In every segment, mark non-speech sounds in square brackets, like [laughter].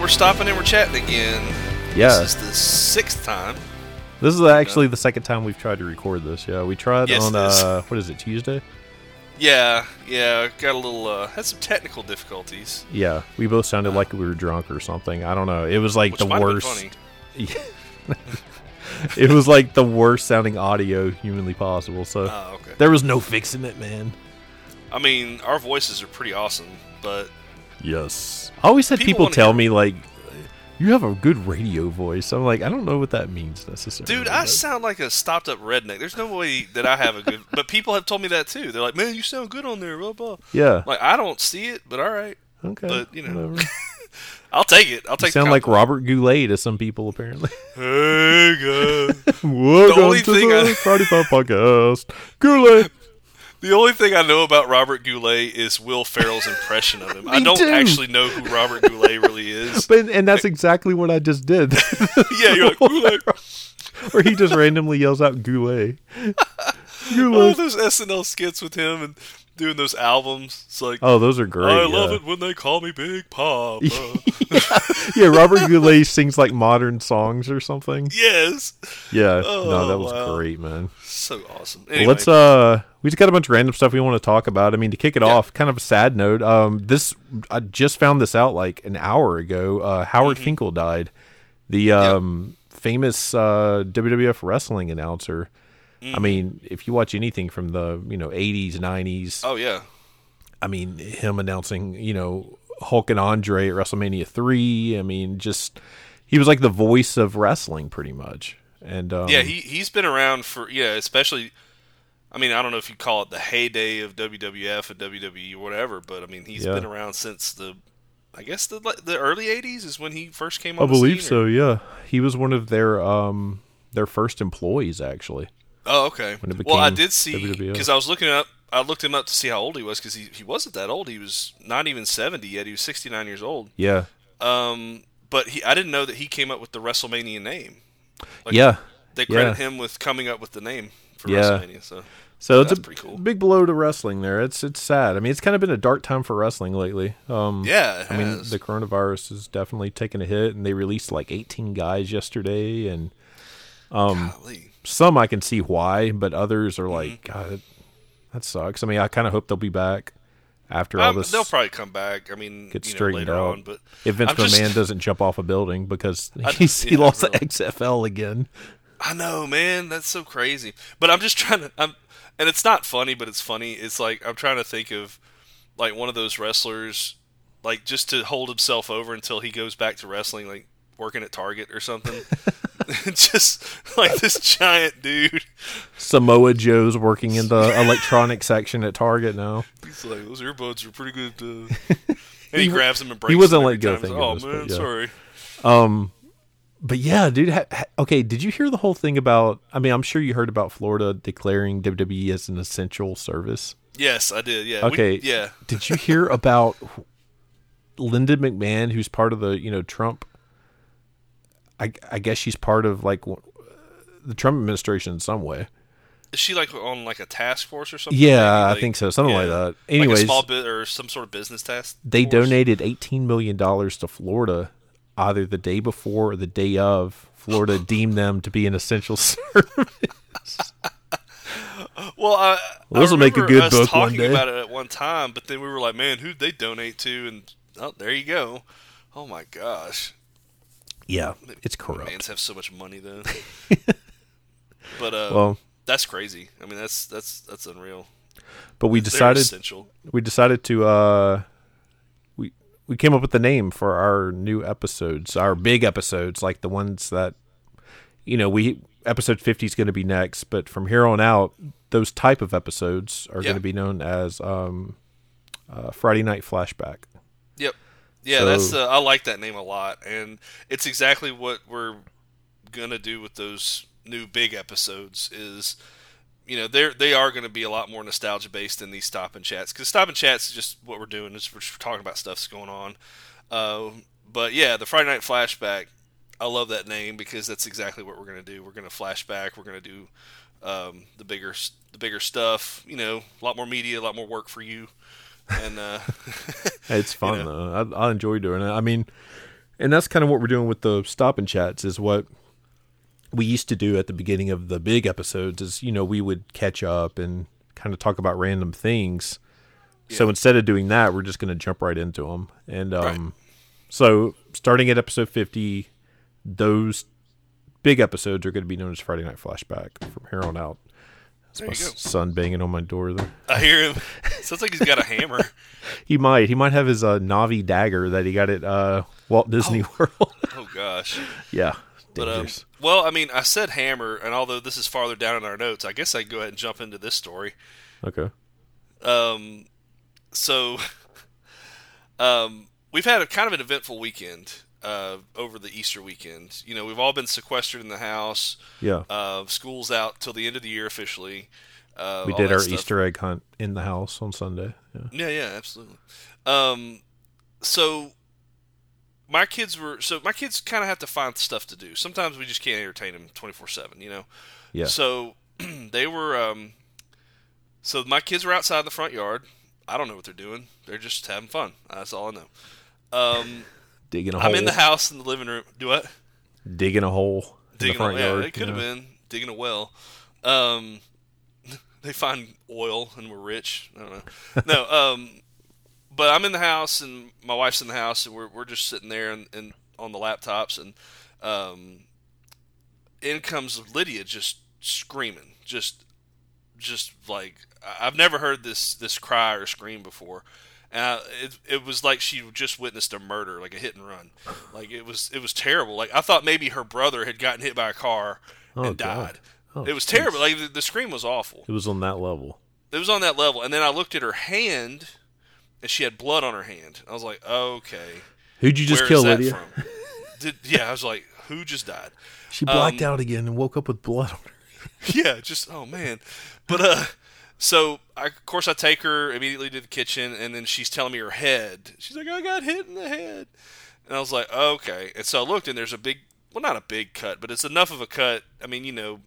we're stopping and we're chatting again. Yeah. This is the sixth time. This is actually the second time we've tried to record this. Yeah, we tried Yes, on it is. uh, what is it Tuesday? Yeah, yeah. Got a little, uh, had some technical difficulties. Yeah, we both sounded like we were drunk or something. I don't know. It was like Which the might have been worst. funny. [laughs] It was like the worst sounding audio humanly possible. So Oh, okay. there was no fixing it, man. I mean, our voices are pretty awesome, but Yes. I always had People people, wanna tell hear- me like, you have a good radio voice. I'm like, I don't know what that means necessarily. dude, I Like, sound like a stopped up redneck. There's no way that I have a good. but people have told me that too. They're like, man, you sound good on there, blah blah. yeah. Like I don't see it, but all right, okay. but, you know, whatever. [laughs] I'll take it. I'll take. You sound the like Robert Goulet to some people apparently. [laughs] compliment. Hey, guys. Welcome only to thing the I- Friday Five Podcast. Goulet. The only thing I know about Robert Goulet is Will Ferrell's impression of him. I [laughs] Me don't too. actually know who Robert Goulet really [laughs] is. But, and that's exactly what I just did, [laughs] yeah, you're like, Goulet. where he just randomly yells out Goulet. Oh, Goulet. those SNL skits with him and doing those albums. It's like, Oh, those are great. I love yeah. it when they call me Big [laughs] Papa. Yeah, Robert Goulet sings like modern songs or something. yes. Yeah, no, Oh, that was wow. great, man. So awesome. Well, Anyway, Let's uh, we just got a bunch of random stuff we want to talk about. I mean, to kick it off, kind of a sad note. Um, this I just found this out like an hour ago. Uh, Mm-hmm. Howard Finkel died, the um famous uh WWF wrestling announcer. Mm-hmm. I mean, if you watch anything from the you know eighties, nineties, oh, yeah. I mean, him announcing, you know, Hulk and Andre at WrestleMania three. I mean, just he was like the voice of wrestling, pretty much. And um, Yeah, he, he's been around for, yeah, especially, I mean, I don't know if you call it the heyday of WWF or WWE or whatever, but I mean, he's Yeah. been around since the, I guess the the early 80s is when he first came on the I believe scene, or- so. Yeah, he was one of their um their first employees actually. Oh, okay. it Well, I became E. did see, WWF. because I was looking up, I looked him up to see how old he was, because he, he wasn't that old. He was not even 70 yet. He was 69 years old. Yeah, Um, but he, I didn't know that he came up with the WrestleMania name. Like, yeah. They yeah. credit him with coming up with the name for Yeah. WrestleMania. So So it's That's a pretty cool. big blow to wrestling. There, it's it's sad. I mean, it's kind of been a dark time for wrestling lately. Um, yeah, it I mean, has. the coronavirus has definitely taken a hit, and they released like 18 guys yesterday, and Golly. some I can see why, but others are like, Mm-hmm. God, that- that sucks. I mean, I kind of hope they'll be back after all Um, this. they'll probably come back. I mean, gets you know, straightened later out. on, but if Vince I'm just- McMahon doesn't jump off a building because I- he's, [laughs] he yeah, lost really. the XFL again. I know, man, that's so crazy. But I'm just [laughs] trying to. I'm, and it's not funny, but it's funny. It's like I'm trying to think of like one of those wrestlers, like just to hold himself over until he goes back to wrestling, like working at Target or [laughs] something. [laughs] just like this giant dude. Samoa Joe's working in the electronic section at Target now. He's like, those earbuds are pretty good. [laughs] Uh... And he, He- grabs him and breaks. wasn't them every let go, time. He's thank like, Oh goodness, but man, yeah. sorry. But yeah, dude. Ha- ha- okay, did you hear the whole thing about? I mean, I'm sure you heard about Florida declaring WWE as an essential service. Yes, I did. Yeah. we- Okay. yeah. did [laughs] you hear about Lyndon McMahon, who's part of the you know Trump? I I guess she's part of like w- the Trump administration in some way. Is she like on like a task force or something? Yeah, Maybe, I like- think so. Something like yeah. that. Like a Anyways, small bit or some sort of business task. they force? donated eighteen million dollars to Florida either the day before or the day of. [laughs] Florida deemed them to be an essential [laughs] service. Well, I, Well, this'll I make a remember good us book one talking day. about it at one time, but then we were like, "Man, who'd they donate to?" And oh, there you go. Oh my gosh, Yeah, it's corrupt. mans have so much money [laughs] though. but uh, Well, that's crazy. I mean, that's that's that's unreal. but we They're decided essential. we decided to uh we we came up with the name for our new episodes our big episodes like the ones that you know we episode 50 is going to be next but from here on out those type of episodes are Yeah. going to be known as um uh, friday night flashback Yep. Yeah, So- that's uh, I like that name a lot, and it's exactly what we're gonna do with those new big episodes. Is you know they're they are gonna be a lot more nostalgia based than these stop and chats because stop and chats is just what we're doing is we're just talking about stuff that's going on. Uh, but yeah, the Friday Night Flashback, I love that name because that's exactly what we're gonna do. We're gonna flashback. We're gonna do um, the bigger s- the bigger stuff. You know, a lot more media, a lot more work for you, and. Uh, it's fun know. though I, I enjoy doing it i mean and that's kind of what we're doing with the stop and chats is what we used to do at the beginning of the big episodes is you know we would catch up and kind of talk about random things so Yeah. instead of doing that we're just going to jump right into them and um Right. so starting at episode 50 those big episodes are going to be known as friday night flashback from here on out that's There my you go. son banging on my door there I hear him. [laughs] Sounds like he's got a hammer. he might he might have his uh, navi dagger that he got at uh walt disney world [laughs] Oh gosh. yeah But um, dangerous. well, I mean, I said hammer, and although this is farther down in our notes, I guess I can go ahead and jump into this story. okay Um, so, [laughs] um, we've had a kind of an eventful weekend uh, over the Easter weekend. You know, we've all been sequestered in the house. yeah Uh, school's out till the end of the year officially. Uh, we all did that our stuff. easter egg hunt in the house on sunday yeah Yeah, yeah, absolutely. Um, so my kids were so my kids kind of have to find stuff to do. Sometimes we just can't entertain them twenty four seven, you know. Yeah. So [clears throat] they were. Um, so my kids were outside in the front yard. I don't know what they're doing. They're just having fun. That's all I know. Um, digging a hole I'm in the house in the living room. Do what? digging a hole in the digging a, front yeah, yard they could have yeah. been digging a well. Um, [laughs] they find oil and we're rich. I don't [laughs] know. No, um, but I'm in the house and my wife's in the house and we're we're just sitting there and, and on the laptops and um, in comes Lydia just screaming, just just like I- I've never heard this this cry or scream before. And I, it, it was like she just witnessed a murder, like a hit and run. Like it was it was terrible. Like I thought maybe her brother had gotten hit by a car and Oh, God. died. Oh, it was terrible. Like the, the scream was awful. It was on that level. It was on that level. And then I looked at her hand, and she had blood on her hand. I was like, okay, Who'd you just where is kill, that Lydia? from? Did, yeah, I was like, who just died? She blacked Um, out again and woke up with blood on her. [laughs] yeah, just oh man. But uh so I, of course I take her immediately to the kitchen and then she's telling me her head. She's like, I got hit in the head. And I was like, okay. And so I looked and there's a big well not a big cut, but it's enough of a cut. I mean, you know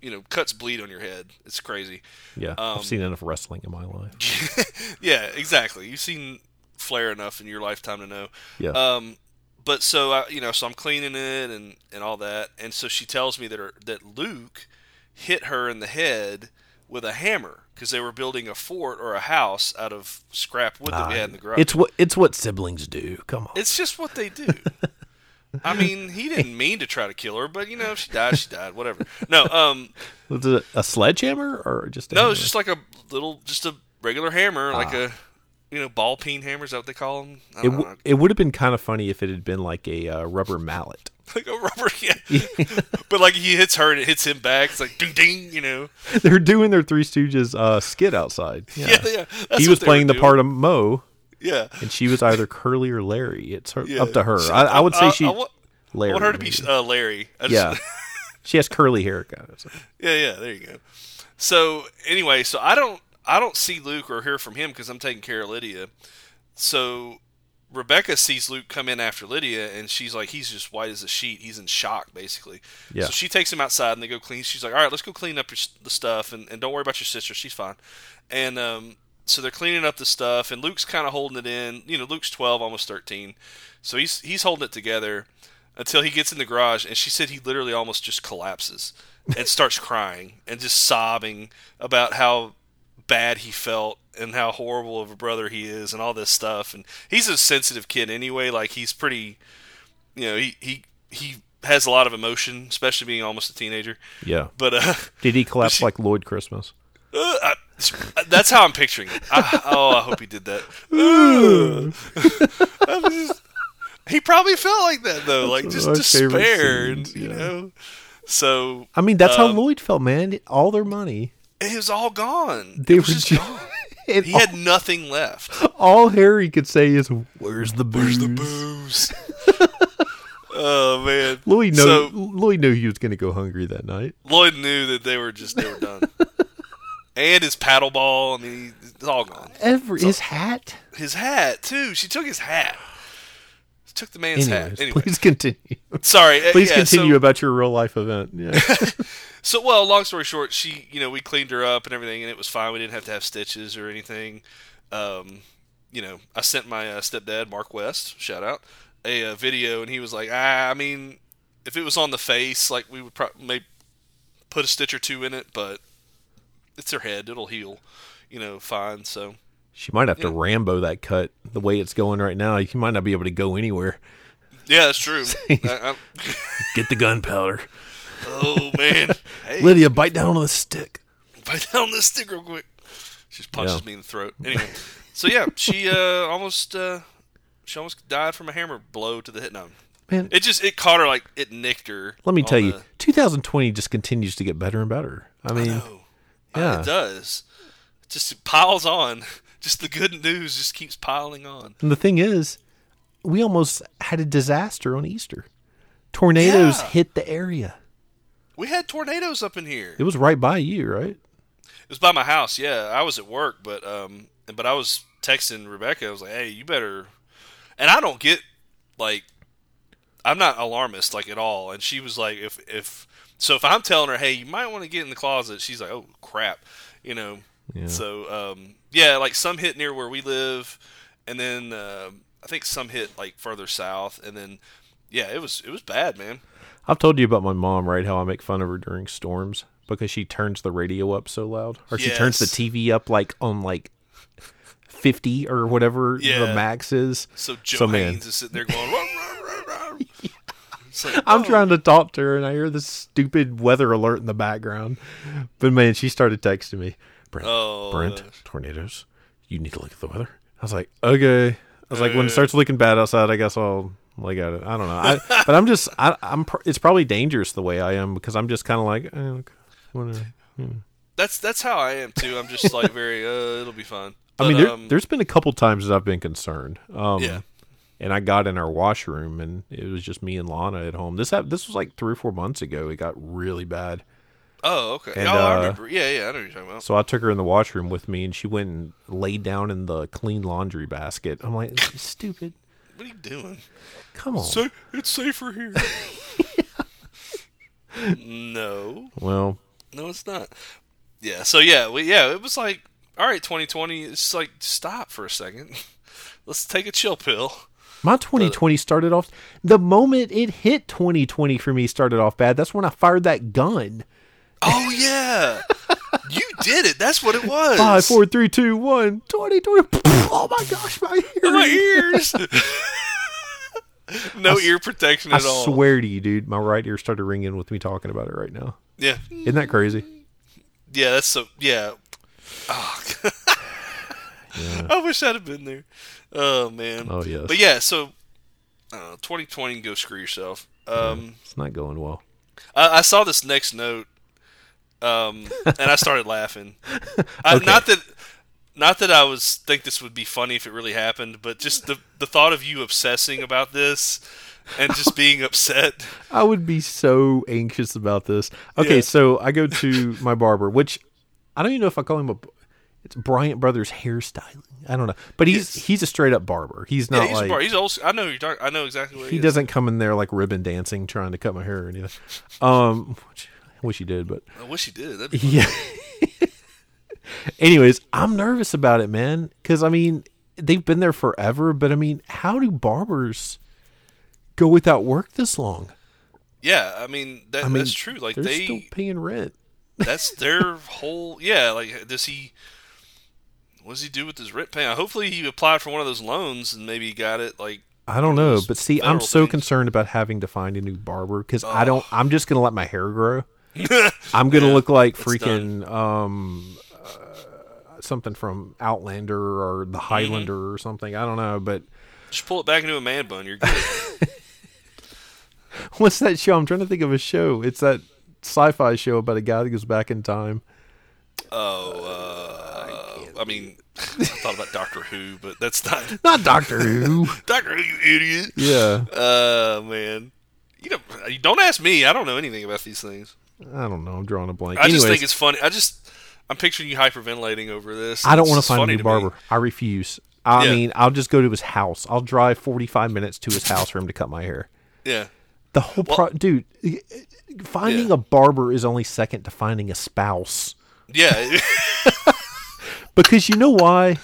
you know, cuts bleed on your head. It's crazy. Yeah, Um, I've seen enough wrestling in my life. [laughs] yeah, exactly. You've seen Flair enough in your lifetime to know. Yeah. Um, but so I, you know, so I'm cleaning it and and all that, and so she tells me that her, that Luke hit her in the head with a hammer because they were building a fort or a house out of scrap wood that we had in the garage. it's what it's what siblings do. Come on. It's just what they do. I mean, he [laughs] didn't mean to try to kill her, but you know, if she died, she died. Whatever. No, um, Was it a sledgehammer or just a no, hammer? it's just like a little, just a regular hammer, like a, you know, ball peen hammer is that what they call them? I Ah. it, don't know. w- it would have been kind of funny if it had been like a uh, rubber mallet. [laughs] like a rubber yeah. but like he hits her and it hits him back it's like ding ding you know [laughs] They're doing their Three Stooges uh, skit outside. Yeah, yeah yeah that's he what was they playing were the doing. part of Mo, yeah and she was either Curly or Larry. It's her, Yeah. up to her. I, I would say I- she Uh, I, want, I Larry. want her to be maybe. uh, larry I just- [laughs] yeah. she has curly hair, kind of. so- yeah yeah there you go so anyway so i don't i don't see luke or hear from him because i'm taking care of lydia so rebecca sees luke come in after lydia and she's like he's just white as a sheet he's in shock basically Yeah. so she takes him outside and they go clean she's like all right let's go clean up your, s- the stuff and, and don't worry about your sister she's fine and um, so they're cleaning up the stuff and luke's kind of holding it in you know luke's 12 almost 13 so he's he's holding it together until he gets in the garage and she said he literally almost just collapses and starts crying and just sobbing about how bad he felt and how horrible of a brother he is and all this stuff and he's a sensitive kid anyway like he's pretty you know he he he has a lot of emotion especially being almost a teenager Yeah. but uh [laughs] Did he collapse like Lloyd Christmas? Uh, I- that's how I'm picturing it. I, oh, I hope he did [laughs] that. Uh, [laughs] I was just- he probably felt like that though, like just one of my favorite despair, and, scenes, you yeah. know. So I mean, that's Uh, how Lloyd felt, man. All their money, it was all gone. they it were was just just. gone. [laughs] and He had nothing left. all, all Harry could say is, "Where's the booze?" Booze. [laughs] oh man, Lloyd knew. So- Lloyd knew he was going to go hungry that night. Lloyd knew that they were just they were done. and his paddle ball. I mean, he- it's all gone. Every his hat. His hat too. She took his hat. She took the man's Anyways, hat. Anyway. please continue. Sorry. uh, Please yeah, continue So, about your real [laughs] life event. Yeah. so, well, long story short, she, you know, we cleaned her up and everything, and it was fine. We didn't have to have stitches or anything. Um, you know, I sent my uh, stepdad, Mark West, shout out, a, uh video, and he was like, ah, I mean, if it was on the face, like we would probably maybe put a stitch or two in it, but it's her head; it'll heal, you know, fine. So She might have to Rambo that cut the way it's going right now. You might not be able to go anywhere. yeah, that's true. I, I'm- [laughs] Get the gunpowder. oh man, hey, Lydia, bite down on the stick. [laughs] bite down this stick real quick. She just punches Yeah. me in the throat. Anyway, so yeah, she uh, almost uh, she almost died from a hammer blow to the hit. No, Man. it just it caught her like it nicked her. Let me on tell you, the- 2020 just continues to get better and better. I mean, No. Uh, yeah. it does. It just piles on. [laughs] Just the good news just keeps piling on. and the thing is, we almost had a disaster on Easter. Tornadoes Yeah. hit the area. We had tornadoes up in here. It was right by you, right? It was by my house. Yeah, I was at work, but um, but I was texting Rebecca. I was like, "Hey, you better." And I don't get like, I'm not alarmist like at all. And she was like, "If if so, if I'm telling her, hey, you might want to get in the closet," she's like, "Oh crap," you know. Yeah. So um, yeah, like some hit near where we live, and then um I think some hit like further south, and then yeah, it was it was bad, man. I've told you about my mom, right? How I make fun of her during storms because she turns the radio up so loud, or she turns the Yes. TV up like on like fifty or whatever Yeah. the max is. So Joe So, man. Haynes is sitting there going. "Rah, rah, rah, [laughs] rah." It's like, I'm "Oh, trying to talk to her, and I hear this stupid weather alert in the background. But man, she started texting me, Brent, Oh, Brent, tornadoes. You need to look at the weather. I was like, okay. I was like, when Uh. it starts looking bad outside, I guess I'll look at it. I don't know, I, but I'm just, I, I'm. pr- It's probably dangerous the way I am because I'm just kind of like, eh, okay, whatever. That's that's how I am too. I'm just like very. Uh, it'll be fine. [laughs] I But, mean, there, um, there's been a couple times that I've been concerned. Um, Yeah. And I got in our washroom, and it was just me and Lana at home. This hap- this was like three or four months ago. It got really bad. Oh, okay. and, oh, I uh, remember. Yeah, yeah. I know what you're talking about. So I took her in the washroom with me, and she went and laid down in the clean laundry basket. I'm like, stupid. What are you doing? Come on. So it's safer here. [laughs] no, well, no, it's not. Yeah. So yeah, we, yeah. It was like, all right, 2020. It's like stop for a second. [laughs] Let's take a chill pill. my 2020 started off. The moment it hit 2020 for me started off bad. That's when I fired that gun. Oh [laughs] yeah, you did it. That's what it was. Five, four, three, two, one. 2020. [laughs] Oh my gosh, my In my hearing. [laughs] ears. [laughs] no ear protection I at all. swear to you, dude, my right ear started ringing with me talking about it right now. Yeah. Isn't that crazy? Yeah, that's so. Yeah. Oh, [laughs] I wish I'd have been there. Oh man. Oh, yes. But yeah, so uh, 2020 can go screw yourself. Um, It's not going well. I, I saw this next note, um, and I started [laughs] laughing. I, Not that, not that I was think this would be funny if it really happened, but just the the thought of you obsessing about this and [laughs] just being upset. I would be so anxious about this. Okay, Yeah. so I go to my barber, which I don't even know if I call him a. It's Bryant Brothers hairstyling. I don't know, but he's he's a straight up barber. He's not Yeah, he's a like bar. He's old. I know who you're talking. I know exactly what he he, is. doesn't come in there like ribbon dancing trying to cut my hair or anything. Um, which I wish he did, but I wish he did. That'd be yeah. Anyways, I'm nervous about it, man. Because I mean, they've been there forever, but I mean, how do barbers go without work this long? Yeah, I mean, that, I mean, that's true. Like they're they, still paying rent. that's their whole. Yeah, like does he? What does he do with his rent payment? Hopefully, he applied for one of those loans and maybe got it. Like, I don't know, but see, I'm federal so things. concerned about having to find a new barber because I don't. I'm just gonna let my hair grow. [laughs] I'm gonna look like freaking um, uh, something from Outlander or The Mm-hmm. Highlander or something. I don't know, but just pull it back into a man bun. You're good. [laughs] what's that show? I'm trying to think of a show. It's that sci-fi show about a guy that goes back in time. oh, uh, I, mean, [laughs] I thought about Doctor Who, but that's not [laughs] Not Doctor Who. Doctor Who. You idiot. [laughs] yeah, Uh, man. You don't, uh, you don't ask me. I don't know anything about these things. I don't know. I'm drawing a blank. I Anyways, just think it's funny. I just, I'm picturing you hyperventilating over this. I don't It's want to just find funny a to new me. barber. I refuse. I Yeah. mean, I'll just go to his house. I'll drive 45 minutes to his house for him to cut my hair. Yeah. The whole pro- dude, eh, eh, finding Yeah. a barber is only second to finding a spouse Yeah. [laughs] [sighs] because you know why?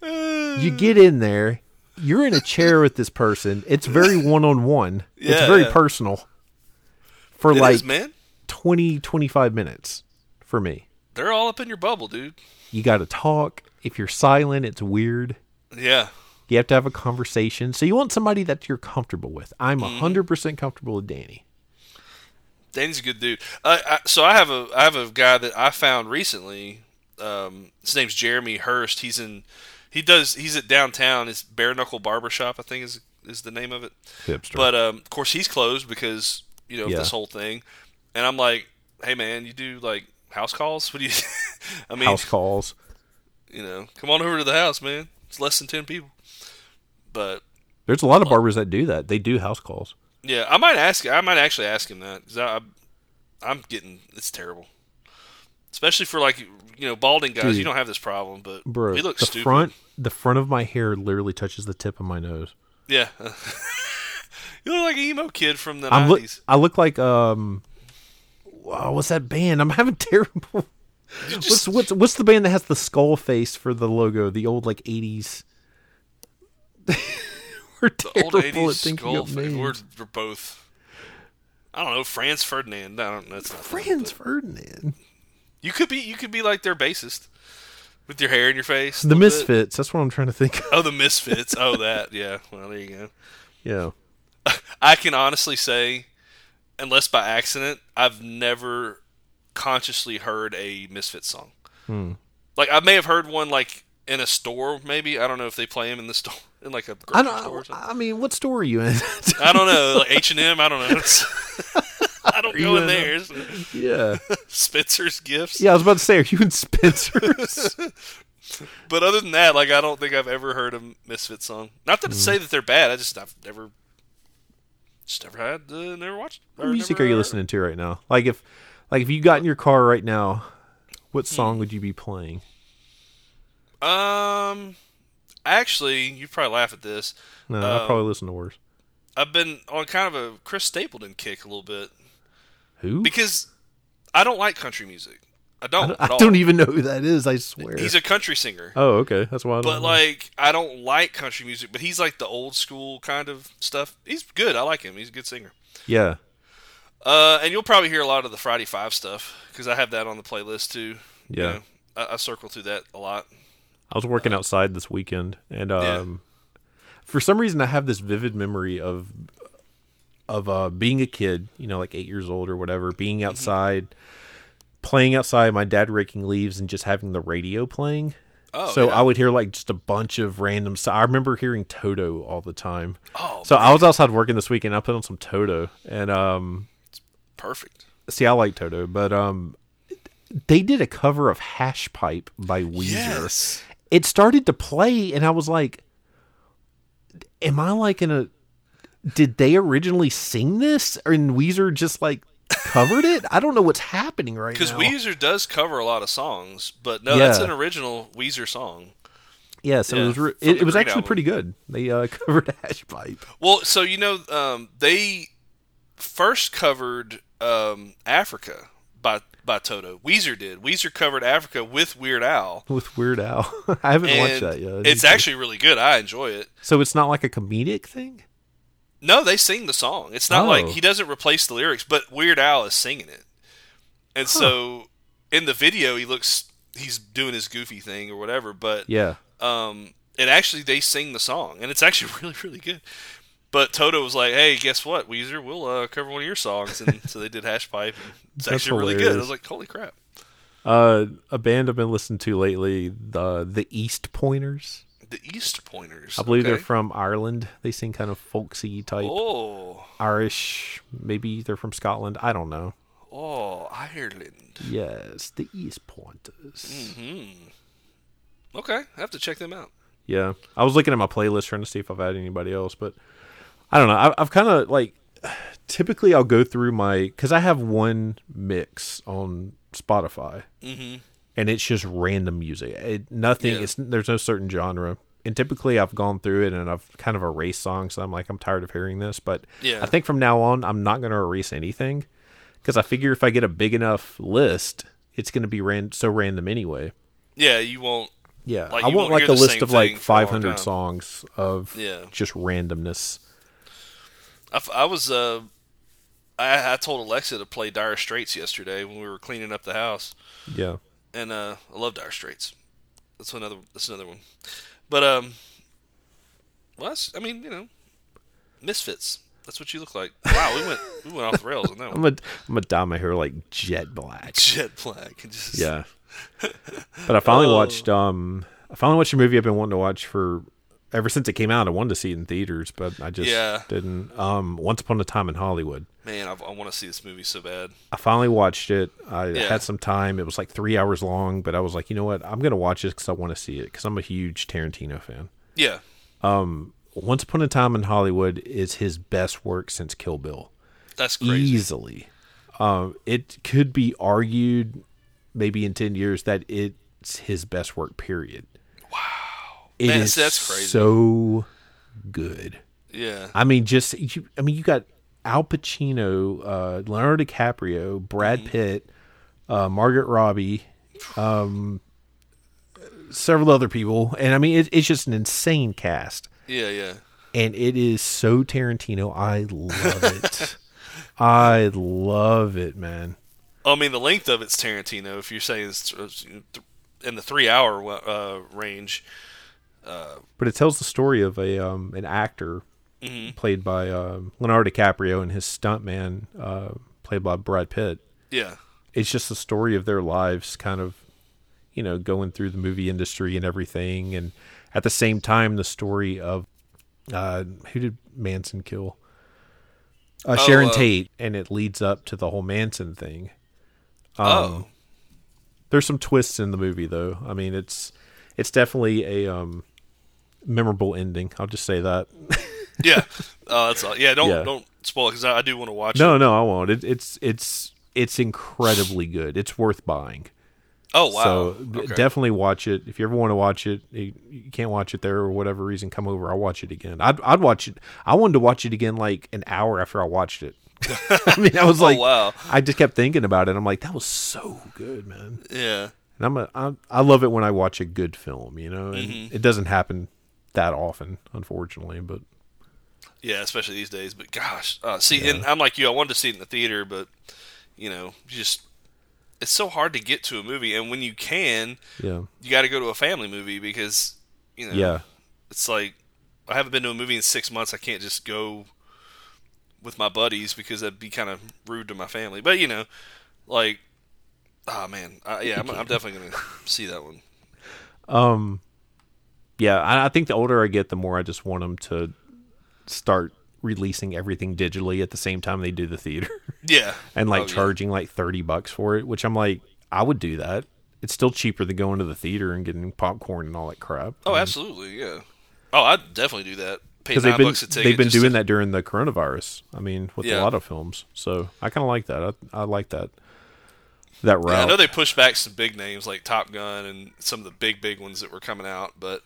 you get in there, you're in a chair with this person. It's very one on one. It's Yeah, very yeah. personal for It like is, man. 20, 25 minutes for me. They're all up in your bubble, dude. You got to talk. If you're silent, it's weird. Yeah. You have to have a conversation. So you want somebody that you're comfortable with. I'm Mm-hmm. 100% comfortable with Danny. Danny's a good dude. Uh, I, so I have a I have a guy that I found recently. Um, his name's Jeremy Hurst. He's in he does he's at downtown. It's Bare Knuckle Barbershop, I think is is the name of it. Hipster. But um, of course he's closed because you know of Yeah. this whole thing. And I'm like, hey man, you do like house calls? What do you? [laughs] I mean, House calls. you know, come on over to the house, man. It's less than ten people. But There's a lot of barbers that do that. They do house calls. yeah, I might ask. I might actually ask him that 'cause I, I'm getting it's terrible, especially for like you know balding guys. Dude. you don't have this problem, but Bro, we look the stupid. front the front of my hair literally touches the tip of my nose. Yeah, [laughs] you look like an emo kid from the I'm look. 90s. I look like um. wow, what's that band? I'm having [laughs] terrible. [laughs] You just- What's, what's what's the band that has the skull face for the logo? The old like '80s. [laughs] We're old terrible at 80s thinking skull. of fa- We're, names. we're both. I don't know Franz Ferdinand. I don't. That's not them, Franz but- Ferdinand. You could be. You could be like their bassist, with your hair in your face. a The little bit. Misfits. That's what I'm trying to think. of. Oh, the Misfits. oh, that. Yeah. Well, there you go. Yeah. I can honestly say, unless by accident, I've never consciously heard a Misfit song. Hmm. Like I may have heard one like in a store, maybe. I don't know if they play them in the store, [laughs] in like a I grocery store or don't. something. I mean, what store are you in? [laughs] I don't know, like H and M. I don't know. I don't go you in in there. yeah. Spencer's gifts. uh, Yeah. I was about to say, are you in Spencer's? [laughs] But other than that, like I don't think I've ever heard a Misfit song. Not Hmm. to say that they're bad. I just I've never, just never had, uh, never watched. What or music never- are you listening to right now? Like if, like if you got in your car right now, what Hmm. song would you be playing? Um, actually, you probably laugh at this. No, Um, I probably listen to worse. I've been on kind of a Chris Stapleton kick a little bit Who? because I don't like country music. I don't. I don't, at all. even know who that is. I swear. He's a country singer, oh, okay. That's why. I don't but know. like I don't like country music. But he's like the old school kind of stuff. He's good. I like him. He's a good singer. yeah, Uh, and you'll probably hear a lot of the Friday Five stuff because I have that on the playlist too. You Yeah. know, I, I circle through that a lot. I was working outside this weekend, and um, for some reason, I have this vivid memory of of uh, being a kid. You know, like eight years old or whatever, being Mm-hmm. outside, playing outside. My dad raking leaves and just having the radio playing. Oh, so yeah. I would hear like just a bunch of random. So I remember hearing Toto all the time. Oh, so I was outside working this weekend. I put on some Toto, and um, perfect. see i like toto but um they did a cover of hash pipe by weezer Yes. it started to play and i was like am i like in a did they originally sing this or and weezer just like covered it i don't know what's happening right Because now Weezer does cover a lot of songs, but no, that's Yeah. an original Weezer song. yeah so yeah, it was re- from it, the it was Green actually Album. pretty good they uh [laughs] covered hash pipe Well, so you know, um, they first covered um, Africa by by Toto. Weezer did. Weezer covered Africa with Weird Al. with weird al [laughs] i haven't watched And that yet I need it's to. actually really good. I enjoy it. so it's not like a comedic thing No, they sing the song. It's not Oh. like he doesn't replace the lyrics, but Weird Al is singing it. And so in the video, he looks he's doing his goofy thing or whatever. But yeah um, and actually they sing the song, and it's actually [laughs] really really good. But Toto was like, "Hey, guess what, Weezer? We'll uh, cover one of your songs," and so they did Hash Pipe. and It's That's actually really good. I hilarious. was like, "Holy crap!" Uh, a band I've been listening to lately, the the East Pointers. The East Pointers. I believe okay. they're from Ireland. They sing kind of folksy type Oh, Irish. Maybe they're from Scotland. I don't know. oh, Ireland. Yes, the East Pointers. Okay, I have to check them out. Yeah, I was looking at my playlist trying to see if I've had anybody else, but I don't know. I, I've kind of like [sighs] typically I'll go through my because I have one mix on Spotify, and it's just random music. It, nothing. Mm-hmm. Yeah. It's there's no certain genre. And typically I've gone through it and I've kind of erased songs. So I'm like I'm tired of hearing this, but Yeah. I think from now on I'm not going to erase anything because I figure if I get a big enough list, it's going to be ran- so random anyway. Yeah, you won't Yeah, Like, I you want won't like hear a the list same of like thing for a long 500 time. songs of Yeah. just randomness. I, f- I was uh, I, I told Alexa to play Dire Straits yesterday when we were cleaning up the house, Yeah, and uh, I love Dire Straits. That's another. That's another one. But um, well, that's, I mean, you know, misfits. That's what you look like. Wow, we went we went off the rails on that one. I'm gonna I'm gonna dye my hair like [laughs] [laughs] jet black. Jet black. Just, Yeah, but I finally Oh. watched um I finally watched a movie I've been wanting to watch for ever since it came out. I wanted to see it in theaters, but I just Yeah. didn't. Um, Once Upon a Time in Hollywood. Man, I, I want to see this movie so bad. I finally watched it. I Yeah. had some time. It was like three hours long, but I was like, you know what? I'm gonna watch it because I want to see it because I'm a huge Tarantino fan. Yeah. Once Upon a Time in Hollywood is his best work since Kill Bill. That's crazy. Easily. Um, it could be argued maybe in 10 years that it's his best work, period. Wow. It is Man, that's crazy. so good. Yeah. I mean, just, you, I mean, you got Al Pacino, uh, Leonardo DiCaprio, Brad Mm-hmm. Pitt, uh, Margaret Robbie, um, several other people. And I mean, it, it's just an insane cast Yeah. Yeah. and it is so Tarantino. I [laughs] love it. I love it, man. I mean, the length of it's Tarantino. If you're saying it's uh, th- in the three hour uh, range, But it tells the story of a um, an actor Mm-hmm. played by um, Leonardo DiCaprio and his stuntman uh, played by Brad Pitt. yeah, It's just the story of their lives, kind of, you know, going through the movie industry and everything, and at the same time, the story of uh, who did Manson kill? Uh, Oh, Sharon uh, Tate, and it leads up to the whole Manson thing. oh, there's some twists in the movie though. I mean, it's it's definitely a um memorable ending. I'll just say that. [laughs] yeah, uh, that's all. Yeah, don't Yeah. don't spoil because I, I do want to watch. it. No, no, I won't. It, it's it's it's incredibly good. It's worth buying. Oh wow. So d- okay. definitely watch it. If you ever want to watch it, you, you can't watch it there or whatever reason, come over. I'll watch it again. I'd I'd watch it. I wanted to watch it again like an hour after I watched it. [laughs] I mean, I was like, Oh, wow. I just kept thinking about it. I'm like, that was so good, man. yeah, And I'm a, I, I love it when I watch a good film, you know, and Mm-hmm. it doesn't happen that often, unfortunately, but yeah, especially these days. But gosh, uh, see, and I'm like you. I wanted to see it in the theater, but you know, you just it's so hard to get to a movie, and when you can, yeah. you got to go to a family movie because you know, Yeah. it's like I haven't been to a movie in six months. I can't just go with my buddies because that'd be kind of rude to my family. But you know, like, oh man, I, yeah, I'm, I'm definitely gonna see that one. Yeah. I, I think the older I get, the more I just want them to start releasing everything digitally at the same time they do the theater [laughs] Yeah, and like Oh, yeah. charging like 30 bucks for it, which I'm like, I would do that. It's still cheaper than going to the theater and getting popcorn and all that crap. Oh, absolutely, yeah. Oh, I'd definitely do that. Pay because nine they've been bucks a ticket. they've been just to- doing that during the coronavirus. I mean, with Yeah. a lot of films, so I kind of like that. I, I like that that route. Yeah, I know they pushed back some big names like Top Gun and some of the big big ones that were coming out, but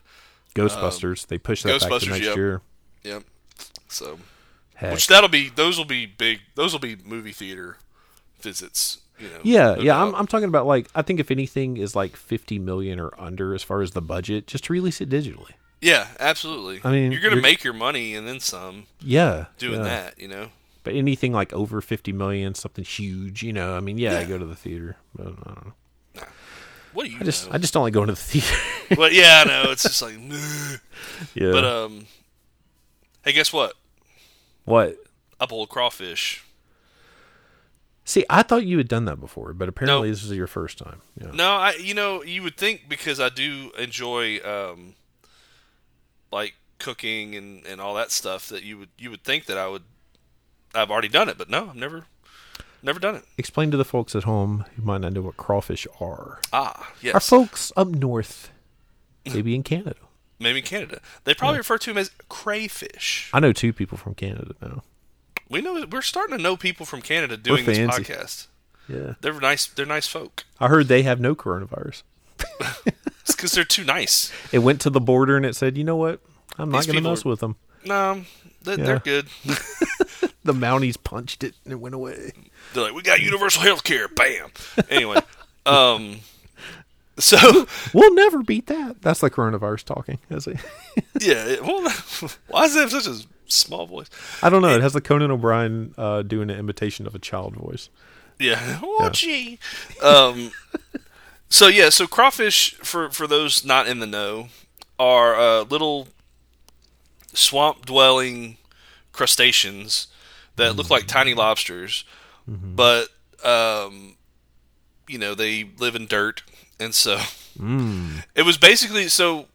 Ghostbusters. they push that back Um, Ghostbusters, to next yep. year. yeah. So, Heck. which that'll be those will be big. Those will be movie theater visits. You know, yeah, no yeah. I'm, doubt. I'm talking about like I think if anything is like 50 million or under as far as the budget, just to release it digitally. Yeah, absolutely. I mean, you're gonna you're- make your money and then some Yeah, doing yeah. that. You know, But anything like over 50 million, something huge, you know. I mean, yeah, I Yeah. go to the theater, but I don't know. what do you I just know? I just don't like going to the theater. [laughs] but yeah, I know it's just like, [laughs] meh. yeah. but um, hey, guess what? what? I pulled crawfish. See, I thought you had done that before, but apparently Nope. this is your first time. Yeah. No, I you know you would think because I do enjoy um, like cooking and and all that stuff that you would you would think that I would I've already done it, but no, I've never never done it. Explain to the folks at home who might not know what crawfish are. Ah, yes, Our folks up north, maybe in Canada. maybe in Canada they probably refer to him as crayfish. I know two people from Canada now. We know we're starting to know people from Canada doing this fancy. podcast. Yeah. They're nice. They're nice folk. I heard they have no coronavirus. It's because they're too nice. [laughs] It went to the border and it said, you know what? I'm not These going to people mess are- with them. No, they, Yeah. um, they're good. The Mounties punched it and it went away. They're like, we got universal health care. Bam. Anyway, um, So We'll never beat that. That's the coronavirus talking, is it? [laughs] yeah, it- well, [laughs] why does it have such a small voice? I don't know. It has the Conan O'Brien uh, doing an imitation of a child voice. Yeah. [laughs] Oh, gee. Um, so yeah, so crawfish for for those not in the know are uh, little swamp dwelling crustaceans that look like tiny lobsters, but um, you know they live in dirt, and so [laughs] it was basically so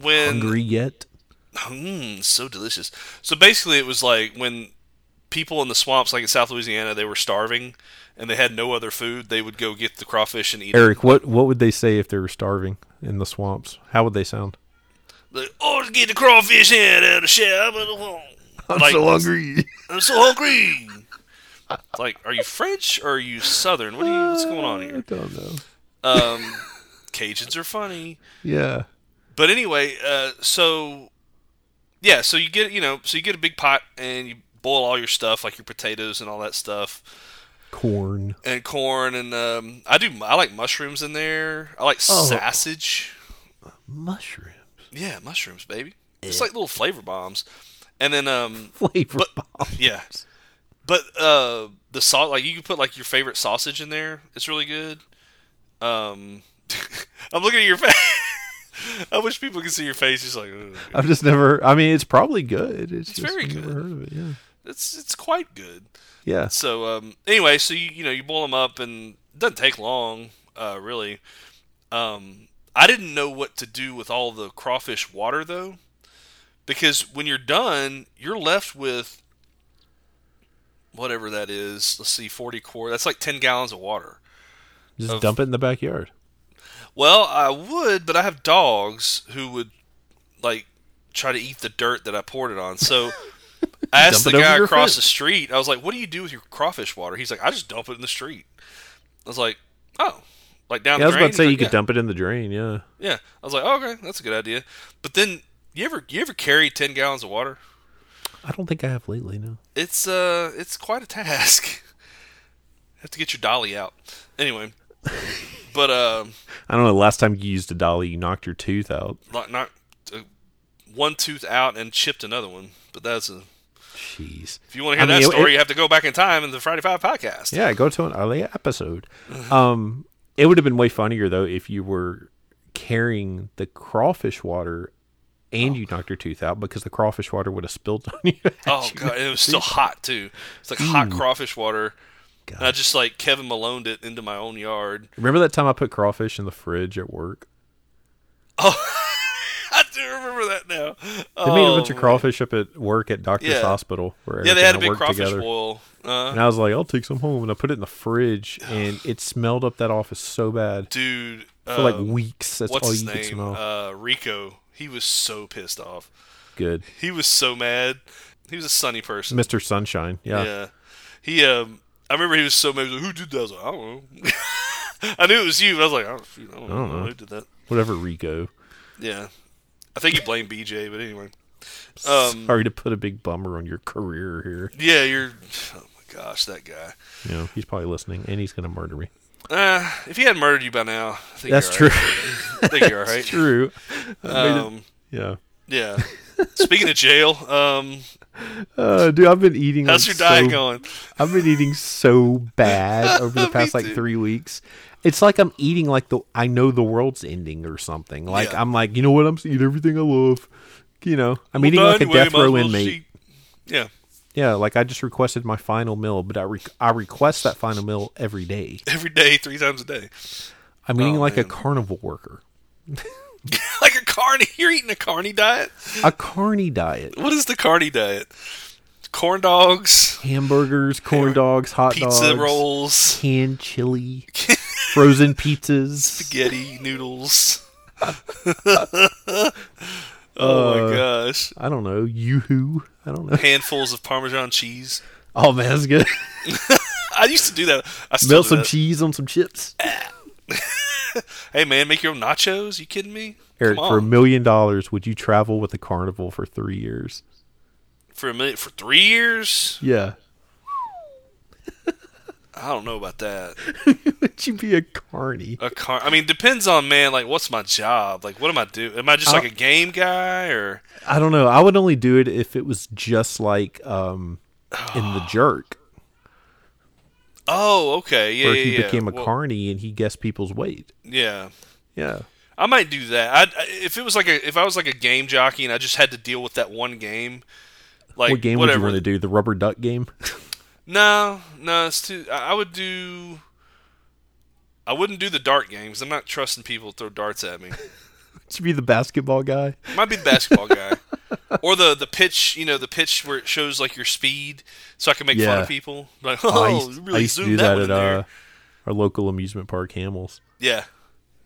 when Hungry yet? Mm, so delicious. So basically, it was like when people in the swamps, like in South Louisiana, they were starving and they had no other food. They would go get the crawfish and eat it. Eric, what what would they say if they were starving in the swamps? How would they sound? Like, oh, get the crawfish head out of the shell. I'm hungry. I'm so hungry. It's like, are you French or are you Southern? What are you? What's going on I [laughs] here? don't know. Um, Cajuns are funny. Yeah. But anyway, uh, so yeah, so you get you know, so you get a big pot and you boil all your stuff like your potatoes and all that stuff. Corn. and corn and um, I do I like mushrooms in there. I like Oh. sausage. Mushroom. Yeah, mushrooms, baby. It's like little flavor bombs. And then um Flavor bomb. yeah. But uh the salt like you can put like your favorite sausage in there. It's really good. Um [laughs] I'm looking at your face. [laughs] I wish people could see your face just like "Ugh." I've just never I mean it's probably good. It's, just very I've never good. heard of it. Yeah. it's it's quite good. Yeah. [laughs] So um, anyway, so you you know you boil them up and it doesn't take long, uh, really. Um, I didn't know what to do with all the crawfish water though, because when you're done, you're left with whatever that is. Let's see, forty quart. That's like ten gallons of water. Just dump it in the backyard. Well, I would, but I have dogs who would like try to eat the dirt that I poured it on. [laughs] So I asked Dump the it over guy your across fence. the street. I was like, "What do you do with your crawfish water?" He's like, "I just dump it in the street." I was like, "Oh, like down the Yeah, I was drain?" about to say you He's like, could yeah. dump it in the drain, yeah. Yeah, I was like, oh, "Okay, that's a good idea." But then you ever you ever carry ten gallons of water? I don't think I have lately, no. It's uh, it's quite a task. [laughs] have to get your dolly out. Anyway, but um. I don't know, last time you used a dolly you knocked your tooth out. like not uh, one tooth out and chipped another one. But that's a Jeez. if you want to hear I mean, that it- story, it- you have to go back in time in the Friday Five podcast. Yeah, go to an [sighs] early episode. Um, it would have been way funnier though if you were carrying the crawfish water and you knocked your tooth out because the crawfish water would have spilled [laughs] on you. Oh god, and it was still hot too. It's like Mm. hot crawfish water. And I just like Kevin Maloned it into my own yard. [laughs] Remember that time I put crawfish in the fridge at work? I do remember that now. They Oh, made a bunch of crawfish up at work at doctor's Yeah. hospital. Where Oh. yeah, they had Eric a and I big worked crawfish together. boil. Uh, And I was like, I'll take some home, and I put it in the fridge, and it smelled up that office so bad dude, uh, for like weeks. That's what's all his you could name? smell. Uh, Rico. He was so pissed off. Good, He was so mad. He was a sunny person. Mister Sunshine. Yeah, Yeah. He um I remember he was so mad. He was like, who did that? I was like, I don't know. [laughs] I knew it was you, but I was like, I don't, shoot, I don't, know. know. who did that. whatever Rico. Yeah. I think you blamed BJ, but anyway. Um Sorry to put a big bummer on your career here. yeah, you're oh my gosh, that guy. You know, he's probably listening, and he's gonna murder me. Uh if he hadn't murdered you by now, I think That's you're true. all right. I think you're all right. [laughs] true. I made it- Um yeah. yeah. Speaking of jail, um Uh, dude, I've been eating. how's your like, diet so going? I've been eating so [laughs] bad over the Me past like too. three weeks. It's like I'm eating like the I know the world's ending or something. Like Yeah. I'm like, you know what? I'm just eat everything I love. You know, I'm eating Well, like a anyway, death might as row well inmate. see- Yeah. Yeah, like I just requested my final meal, but I re- I request that final meal every day. Every day, three times a day. [laughs] I'm eating Oh, like a man. carnival worker, like a carny you're eating a carny diet? a carny diet. What is the carny diet? Corn dogs, Hamburgers, corn dogs, hot pizza dogs, rolls, canned [laughs] chili, frozen pizzas. spaghetti noodles. [laughs] oh Uh. my gosh. I don't know, yoo-hoo. I don't know. [laughs] Handfuls of Parmesan cheese. Oh man, that's good. I used to do that. I still Melt do some that. Eh, cheese on some chips. Hey man, make your own nachos? You kidding me? Eric, Come on. for a million dollars, would you travel with the carnival for three years? for a minute for three years? Yeah. I don't know about that. [laughs] Would you be a carny? A car. I mean, depends on man. Like, what's my job? Like, what am I do? Am I Uh, just like a game guy or? I don't know. I would only do it if it was just like um, in [sighs] the jerk, Oh, okay. Yeah, where yeah, he yeah. became a Well, carny and he guessed people's weight. Yeah. Yeah, I might do that. I if it was like a if I was like a game jockey and I just had to deal with that one game, like what game whatever. would you want to do? The rubber duck game? [laughs] No, no, it's too. I I would do. I wouldn't do the dart games. I'm not trusting people to throw darts at me. Would you be the basketball guy? Might be the basketball [laughs] guy, or the the pitch. You know, the pitch where it shows like your speed, so I can make fun Yeah. of people. [laughs] Like, I oh, used, you I really used to zoomed do that, that, one at in there. uh, our local amusement park, Hamels. yeah,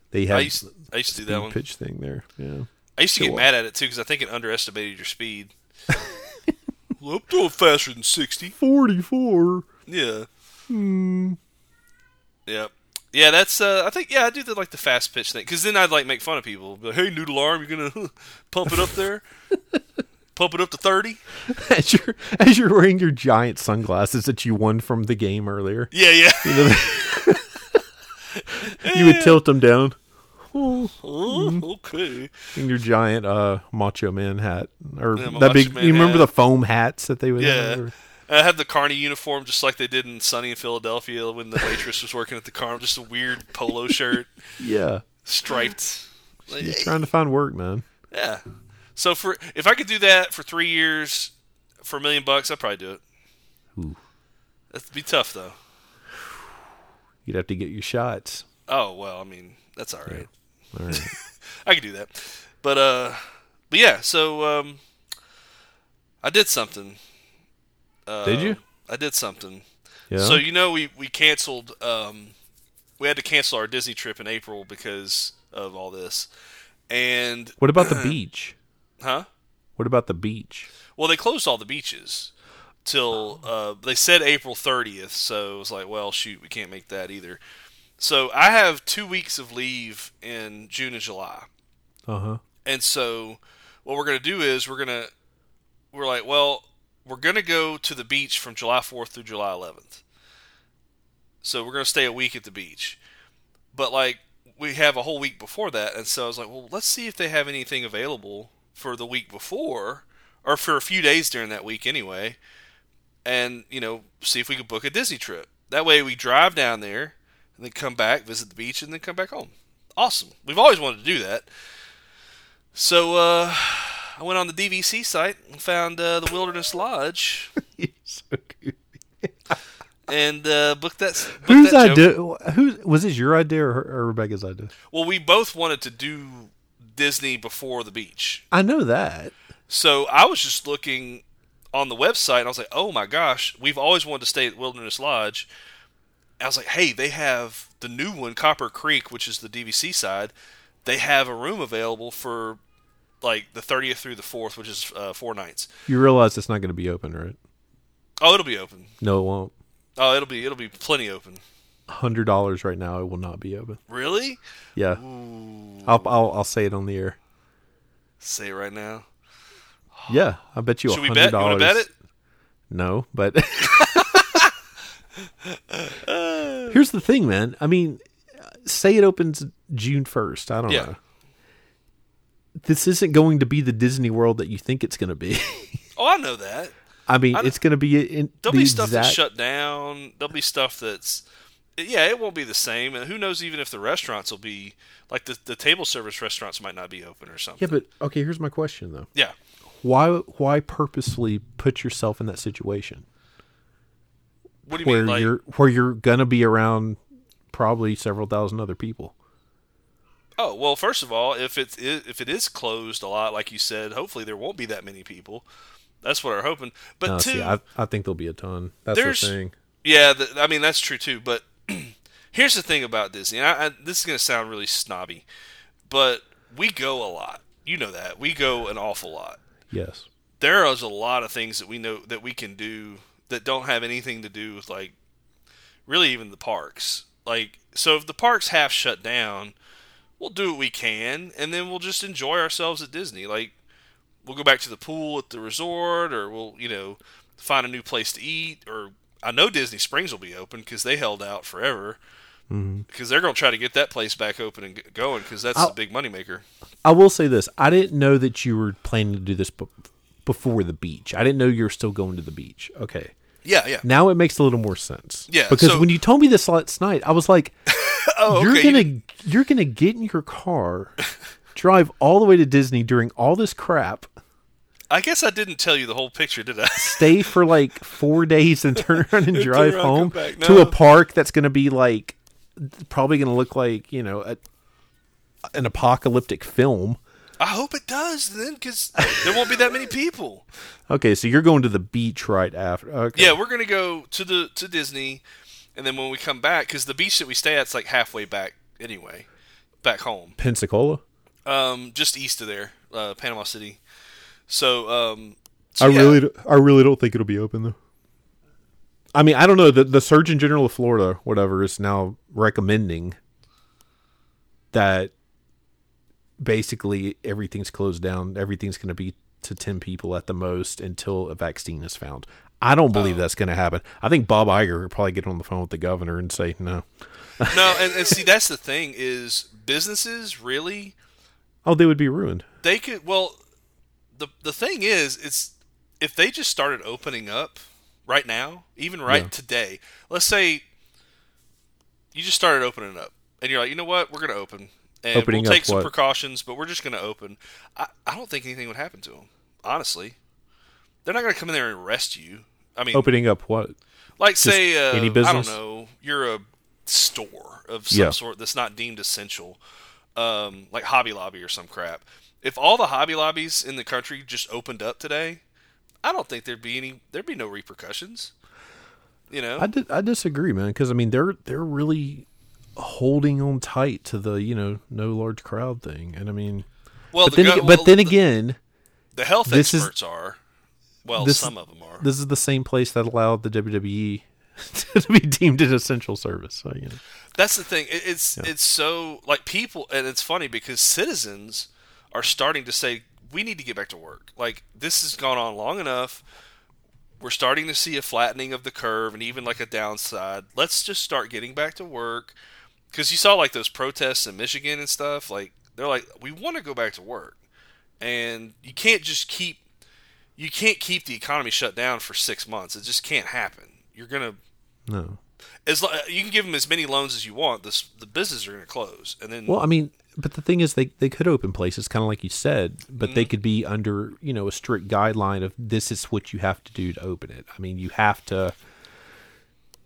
They I had used I used to do the that one. pitch thing there. Yeah. I used to It get was. mad at it too because I think it underestimated your speed. [laughs] well, I'm throwing faster than sixty. 44. Yeah. Hmm. Yep. Yeah, that's. Uh, I think. Yeah, I do the like the fast pitch thing because then I'd like make fun of people. Be like, hey, noodle arm, you're gonna pump it up there, pump it up to thirty. [laughs] As you're, as you're wearing your giant sunglasses that you won from the game earlier, Yeah, yeah. you would tilt them down [laughs] Oh, okay. in your giant uh, Macho Man hat. Or Yeah, my that Macho big, Man you remember hat. the foam hats that they would have? Yeah. Or- I had the carny uniform just like they did in Sunny in Philadelphia when the waitress was working at the carnival. Just a weird polo shirt, Yeah. striped. Like, You're trying to find work, man. yeah. So for if I could do that for three years for a million bucks, I'd probably do it. Ooh. That'd be tough though. You'd have to get your shots. Oh well, I mean that's all right. All right. I could do that, but uh, but yeah. So um, I did something. Uh, Did you? I did something. Yeah. So you know we we canceled. Um, we had to cancel our Disney trip in April because of all this. And what [laughs] about the beach? huh? What about the beach? Well, they closed all the beaches till uh, they said April 30th. So it was like, well, shoot, we can't make that either. So I have two weeks of leave in June and July. [laughs] Uh huh. And so what we're going to do is we're going to we're like, well, we're going to go to the beach from July 4th through July 11th. So we're going to stay a week at the beach. But like we have a whole week before that, and so I was like, well, let's see if they have anything available for the week before or for a few days during that week anyway. And, you know, see if we could book a Disney trip. That way we drive down there and then come back, visit the beach and then come back home. Awesome. We've always wanted to do that. So uh, I went on the DVC site and found uh, the Wilderness Lodge You're so goofy. and uh, booked that. Booked Whose that joke. idea? Who was this? Your idea or, her, or Rebecca's idea? Well, we both wanted to do Disney before the beach, I know that. so I was just looking on the website and I was like, "Oh my gosh, we've always wanted to stay at Wilderness Lodge." I was like, "Hey, they have the new one, Copper Creek, which is the DVC side. They have a room available for like the 30th through the 4th, which is uh, four nights. You realize it's not going to be open, right? Oh, it'll be open. No, it won't. Oh, it'll be it'll be plenty open." Hundred dollars right now. It will not be open. Really? Yeah, Hmm. I'll, I'll I'll say it on the air. Say it right now. Yeah, I bet you. Should we $100. bet? You want to bet it? No, but [laughs] here's the thing, man. I mean, say it opens June first. I don't Yeah. know. This isn't going to be the Disney World that you think it's going to be. [laughs] Oh, I know that. I mean, I don't- it's going to be in There'll the be stuff exact. that's shut down. There'll be stuff that's yeah, it won't be the same. And who knows even if the restaurants will be like the the table service restaurants might not be open or yeah, something. but okay. Here's my question though. Yeah. Why why purposely put yourself in that situation What do you where mean? Like you're where you're going to be around probably several thousand other people? oh well, first of all, if it's if it is closed a lot, like you said, hopefully there won't be that many people. That's what we're hoping. But No, two, Uh, see, I, I think there'll be a ton. That's There's- the thing. Yeah, th I mean that's true too. But [clears throat] here's the thing about Disney. and I, I, this is going to sound really snobby, but we go a lot. You know that we go an awful lot. Yes. There is a lot of things that we know that we can do that don't have anything to do with like really even the parks. Like so, if the parks half shut down, we'll do what we can, and then we'll just enjoy ourselves at Disney. Like we'll go back to the pool at the resort, or we'll you know find a new place to eat, or I know Disney Springs will be open because they held out forever. Because they're going to try to get that place back open and g- going because that's I'll- the big moneymaker. I will say this: I didn't know that you were planning to do this b- before the beach. I didn't know you were still going to the beach. Okay, Yeah, yeah. now it makes a little more sense. Yeah, because so- when you told me this last night, I was like, [laughs] Oh, "You're okay. gonna you're gonna get in your car, [laughs] drive all the way to Disney during all this crap, I guess I didn't tell you the whole picture, did I? [laughs] stay for like four [laughs] days, and turn around and drive around, home come back. to No. a park that's gonna be like probably gonna look like you know a, an apocalyptic film." I hope it does then because there won't be that many people. Okay, so you're going to the beach right after. Okay. [laughs] Yeah, we're gonna go to the to Disney, and then when we come back, because the beach that we stay at's like halfway back anyway, back home, Pensacola. um, just east of there, uh, Panama City. So, um, so I yeah. really, d- I really don't think it'll be open though. I mean, I don't know. The the Surgeon General of Florida, whatever, is now recommending that basically everything's closed down. Everything's going to be to ten people at the most until a vaccine is found. I don't believe that's going to happen. I think Bob Iger will probably get on the phone with the governor and say no. no, and, and see that's the thing is businesses really Oh, they would be ruined. they could well the the thing is it's if they just started opening up right now even right today let's say you just started opening up and you're like you know what we're going to open and Opening we'll up take some what? precautions but we're just going to open I, I don't think anything would happen to them honestly they're not going to come in there and arrest you i mean Opening up what? like say uh, any I don't business? know, you're a store of some Yeah. sort that's not deemed essential, um, like Hobby Lobby or some crap. If all the Hobby Lobbies in the country just opened up today, I don't think there'd be any. There'd be no repercussions. You know, I, di- I disagree, man. Because I mean, they're they're really holding on tight to the you know no large crowd thing, and I mean, well, but then go- aga- well, but then the- again, the health this is- experts are. Well, this- some of them are. this is the same place that allowed the WWE [laughs] to be deemed an essential service. So you know, That's the thing. It, it's it's so like people, and it's funny because citizens are starting to say we need to get back to work. Like this has gone on long enough. We're starting to see a flattening of the curve, and even like a downside. Let's just start getting back to work. Because you saw like those protests in Michigan and stuff. Like they're like we want to go back to work, and you can't just keep you can't keep the economy shut down for six months. It just can't happen. You're gonna no. as lo- you can give them as many loans as you want, this the businesses are going to close, and then Well, I mean, but the thing is, they they could open places, kind of like you said, but Mm-hmm. they could be under you know a strict guideline of this is what you have to do to open it. I mean, you have to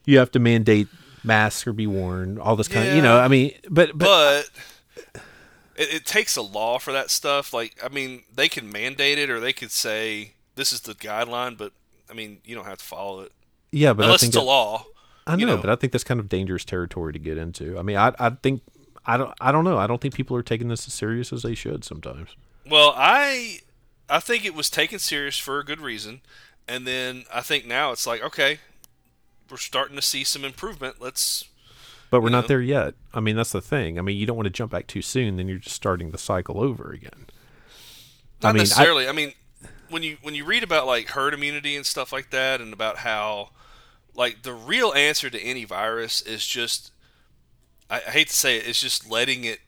you have to mandate masks or be worn, all this kind of you know. Yeah. I mean, but but but it, it takes a law for that stuff. Like, I mean, they can mandate it, or they could say this is the guideline, but I mean, you don't have to follow it yeah, but I unless think it's a that- law. I know, you know. but I think that's kind of dangerous territory to get into. I mean, I I think I don't I don't know. I don't think people are taking this as serious as they should sometimes. Well, I I think it was taken serious for a good reason, and then I think now it's like okay, we're starting to see some improvement. Let's But we're Yeah. not there yet. I mean, that's the thing. I mean, you don't want to jump back too soon. Then you're just starting the cycle over again. not I mean, I, necessarily. I, mean, when you when you read about like herd immunity and stuff like that, and about how like the real answer to any virus is just I, I hate to say it, it's just letting it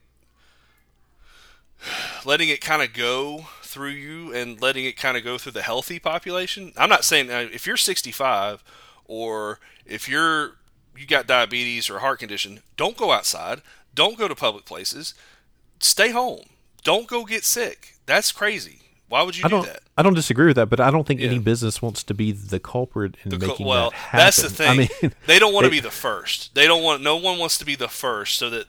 letting it kind of go through you and letting it kind of go through the healthy population. I'm not saying uh, if you're 65 or if you're you got diabetes or a heart condition, don't go outside, don't go to public places, stay home. Don't go get sick. That's crazy. Why would you I do don't. that? I don't disagree with that, but I don't think any Yeah. business wants to be the culprit in Co- making well, that happen. that's the thing. I mean, [laughs] [laughs] they don't want to they- be the first. They don't want. No one wants to be the first, so that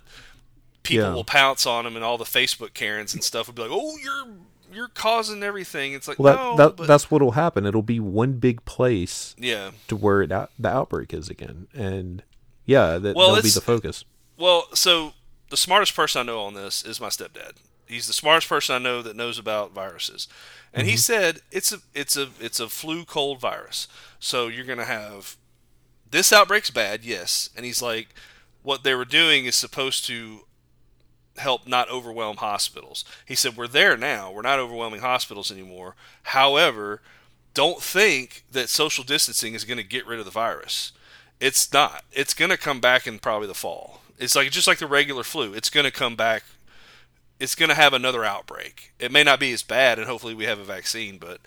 people Yeah. will pounce on them, and all the Facebook Karens and stuff will be like, "Oh, you're you're causing everything." It's like, well, that, no, that but that's what'll happen. It'll be one big place yeah. to where it out, the outbreak is again, and yeah, that, Well, that'll be it's- the focus. Well, so the smartest person I know on this is my stepdad. He's the smartest person I know that knows about viruses. And Mm-hmm. he said it's a it's a it's a flu cold virus. So you're going to have this outbreak's bad, yes. And he's like what they were doing is supposed to help not overwhelm hospitals. He said we're there now. We're not overwhelming hospitals anymore. However, don't think that social distancing is going to get rid of the virus. It's not. It's going to come back in probably the fall. It's like just like the regular flu. It's going to come back. It's going to have another outbreak. It may not be as bad, and hopefully we have a vaccine. But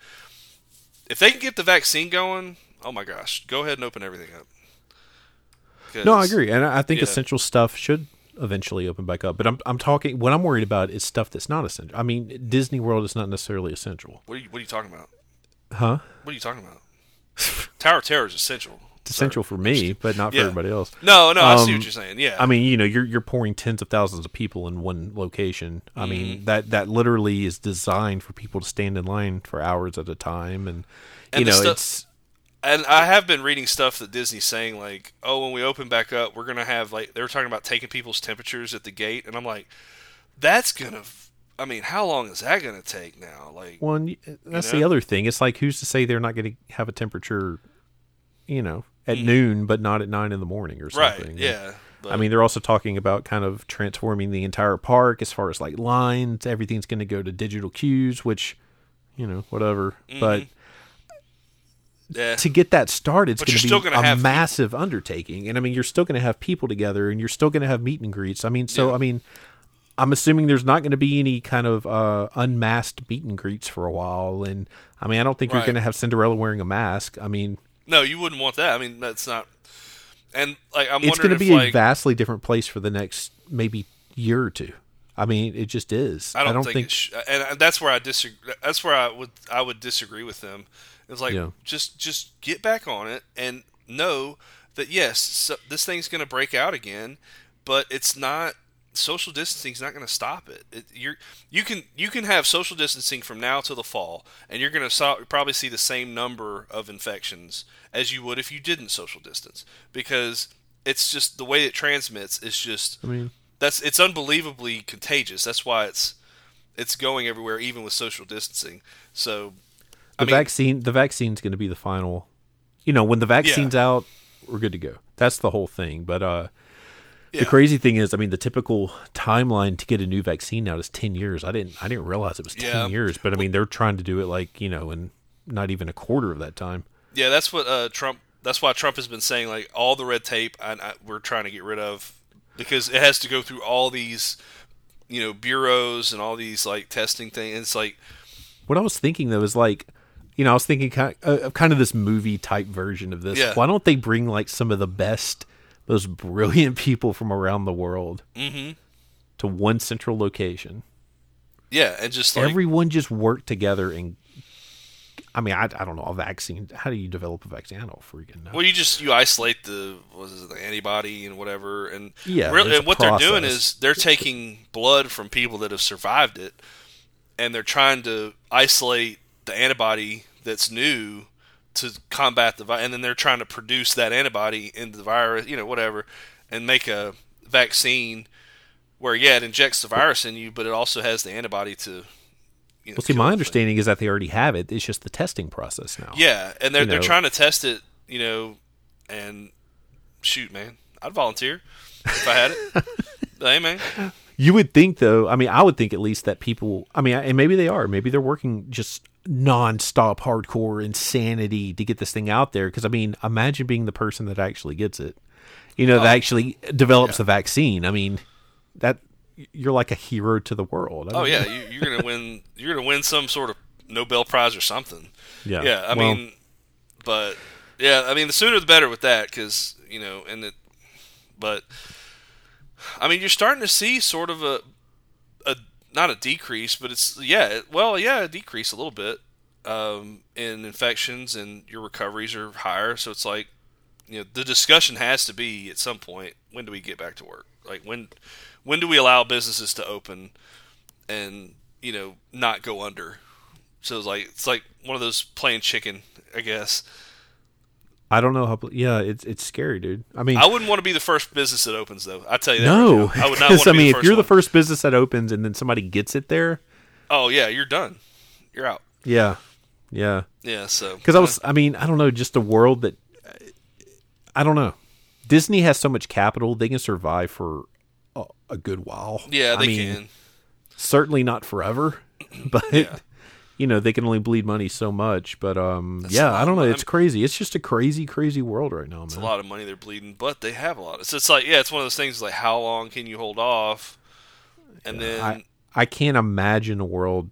if they can get the vaccine going, oh my gosh, go ahead and open everything up. 'Cause- No, I agree, and I I think Yeah. essential stuff should eventually open back up. But I'm I'm talking what I'm worried about is stuff that's not essential. I mean, Disney World is not necessarily essential, What are you What are you talking about? huh? What are you talking about? [laughs] Tower of Terror is essential. It's essential for me, but not for Yeah. everybody else. No, no, I see Um, what you're saying. Yeah, I mean, you know, you're you're pouring tens of thousands of people in one location. I mean, that that literally is designed for people to stand in line for hours at a time, and, And you the know, stuff- it's and I have been reading stuff that Disney's saying like, oh, when we open back up, we're gonna have like they were talking about taking people's temperatures at the gate, and I'm like, that's gonna. f- I mean, how long is that gonna take now? Like, one. That's know? the other thing. It's like who's to say they're not going to have a temperature, you know, at noon, but not at nine in the morning or something. right? Yeah. But, I mean, they're also talking about kind of transforming the entire park as far as like lines. Everything's going to go to digital cues, which, you know, whatever. Mm-hmm. But yeah. to get that started, it's But going you're to be still gonna a have- massive undertaking. And I mean, you're still going to have people together, and you're still going to have meet and greets. I mean, so I mean, I'm assuming there's not going to be any kind of uh, unmasked meet and greets for a while. And I mean, I don't think Right. you're going to have Cinderella wearing a mask. I mean, no, you wouldn't want that. I mean, that's not. And like, I'm it's going wondering to be if like a vastly different place for the next maybe year or two. I mean, it just is. I don't, think, it sh- and I- that's where I disagree. That's where I would I would disagree with them. It's like Yeah. just just get back on it and know that yes, so, this thing's going to break out again, but it's not social distancing's not going to stop it. it. You're you can you can have social distancing from now till the fall, and you're going to so- probably see the same number of infections as you would if you didn't social distance because it's just the way it transmits is just I mean, that's it's unbelievably contagious. That's why it's it's going everywhere, even with social distancing. So, the I mean- vaccine. The vaccine's going to be the final. You know, when the vaccine's out, we're good to go. That's the whole thing. But uh, Yeah. the crazy thing is, I mean, the typical timeline to get a new vaccine out is ten years. I didn't. I didn't realize it was ten Yeah. years. But I mean, they're trying to do it like you know, in not even a quarter of that time. yeah, that's what uh, Trump. That's why Trump has been saying like all the red tape I, I, we're trying to get rid of because it has to go through all these you know bureaus and all these like testing things. It's like What I was thinking though is like, you know, I was thinking kind of, uh, kind of this movie type version of this. Yeah. Why don't they bring like some of the best, most brilliant [laughs] people from around the world Mm-hmm. to one central location? yeah, and just like Everyone just work together and. I mean, I, I don't know a vaccine. How do you develop a vaccine? I don't freaking know. Well, you just you isolate the what is it, the antibody and whatever, and Yeah, real- there's and a what they're doing process. is they're taking blood from people that have survived it, and they're trying to isolate the antibody that's new to combat the virus, and then they're trying to produce that antibody into the virus, you know, whatever, and make a vaccine where yeah, it injects the virus in you, but it also has the antibody to. You know, Well, see, kill my the thing. understanding is that they already have it. It's just the testing process now. Yeah, and they're you they're know. trying to test it, you know, and shoot, man, I'd volunteer if I had [laughs] it. hey, man, You would think, though. I mean, I would think at least that people. I mean, and maybe they are. Maybe they're working just nonstop, hardcore insanity to get this thing out there. Because I mean, imagine being the person that actually gets it. You know, Oh. that actually develops the vaccine. I mean, that you're like a hero to the world. I oh mean, yeah, you, you're gonna win. You're gonna win some sort of Nobel Prize or something. yeah. Yeah, I Well, mean, but yeah, I mean, the sooner the better with that, because you know, and it, but I mean, you're starting to see sort of a, a not a decrease, but it's yeah, it- well, yeah, a decrease a little bit um, in infections, and your recoveries are higher, so it's like you know, the discussion has to be at some point when do we get back to work? Like when when do we allow businesses to open and you know not go under? So it's like it's like one of those playing chicken, I guess. I don't know how. Yeah, it's it's scary, dude. I mean, I wouldn't want to be the first business that opens though. I tell you that. no, right now. I [laughs] would not want because to I be mean, the if first you're the one. first business that opens and then somebody gets it there, Oh yeah, you're done. You're out. yeah, yeah. Yeah. So Because I was, I mean, I don't know, just a world that, I don't know. Disney has so much capital; they can survive for a, a good while. yeah, I they mean, can. [clears throat] Certainly not forever, but you know they can only bleed money so much. But um, That's a yeah, lot I don't of know. money. It's crazy. It's just a crazy, crazy world right now, It's man. a lot of money they're bleeding, but they have a lot. It's it's like yeah, it's one of those things like how long can you hold off, and then I, I can't imagine a world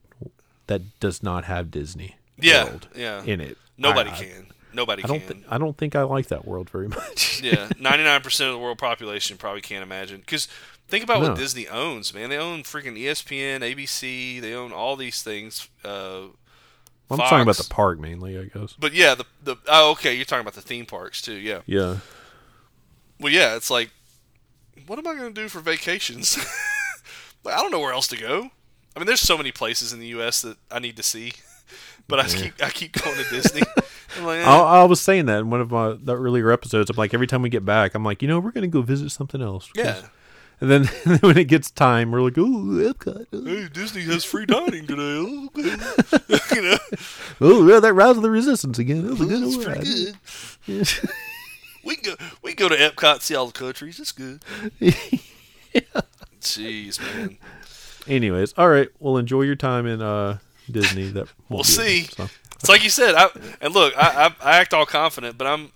that does not have Disney. yeah, world yeah, in it. nobody I, I- can. Nobody I can. don't. Th- I don't think I like that world very [laughs] much. yeah, ninety nine percent of the world population probably can't imagine. Because think about No. what Disney owns, man. They own freaking E ESPN, ABC. They own all these things. Uh, I'm talking about Fox. the park mainly, I guess. but yeah, the the oh okay, you're talking about the theme parks too. Yeah. Yeah. Well, yeah, it's like, what am I going to do for vacations? [laughs] like, I don't know where else to go. I mean, there's so many places in the U.S. that I need to see, [laughs] but I keep I keep going to [laughs] Disney. I'm like, eh. I, I was saying that in one of my the earlier episodes. I'm like, every time we get back, I'm like, you know, we're gonna go visit something else. 'cause- yeah. [laughs] And then when it gets time, we're like, ooh, Epcot. Ooh, Hey, Disney has free dining today. [laughs] [laughs] you know, ooh yeah, that Rise of the Resistance again. That was a good it's one. pretty good. We can go we can go to Epcot, see all the countries. It's good. Jeez, man. [laughs] Anyways, all right. Well, enjoy your time in uh, Disney. That We'll won't be it, see. so. It's like you said. I, and look, I, I, I act all confident, but I'm.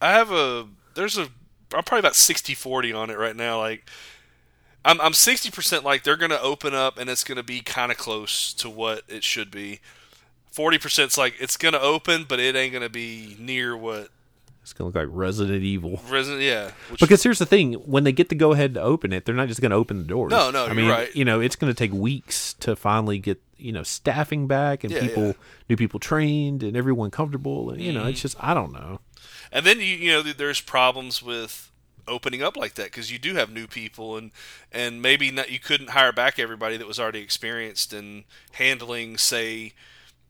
I have a. There's a. I'm probably about 60 40 on it right now. Like, I'm, I'm 60% like they're going to open up and it's going to be kind of close to what it should be. 40%'s like it's going to open, but it ain't going to be near what It's gonna look like Resident Evil. Resident. Yeah. Which, Because here's the thing: when they get to go ahead to open it, they're not just going to open the doors. No, no, I you're mean, right. you know, it's going to take weeks to finally get you know staffing back and Yeah, people, yeah. new people trained and everyone comfortable, and you know, it's just I don't know. And then you you know th- there's problems with opening up like that because you do have new people and and maybe not you couldn't hire back everybody that was already experienced in handling say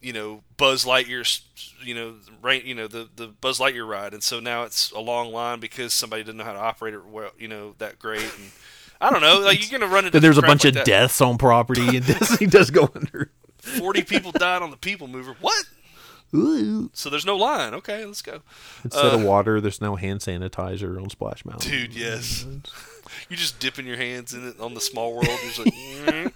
you know Buzz Lightyear's you know right you know the the Buzz Lightyear ride and so now it's a long line because somebody didn't know how to operate it well you know that great and I don't know like you're gonna run into Then [laughs] there's a crap bunch like of that. deaths on property, and [laughs] Disney does go under. forty people died on the People Mover what Ooh. so there's no line okay let's go Instead of water, there's no hand sanitizer on Splash Mountain. Uh, Dude, yes. You're just dipping your hands in it on the small world. You're just like, "Mm,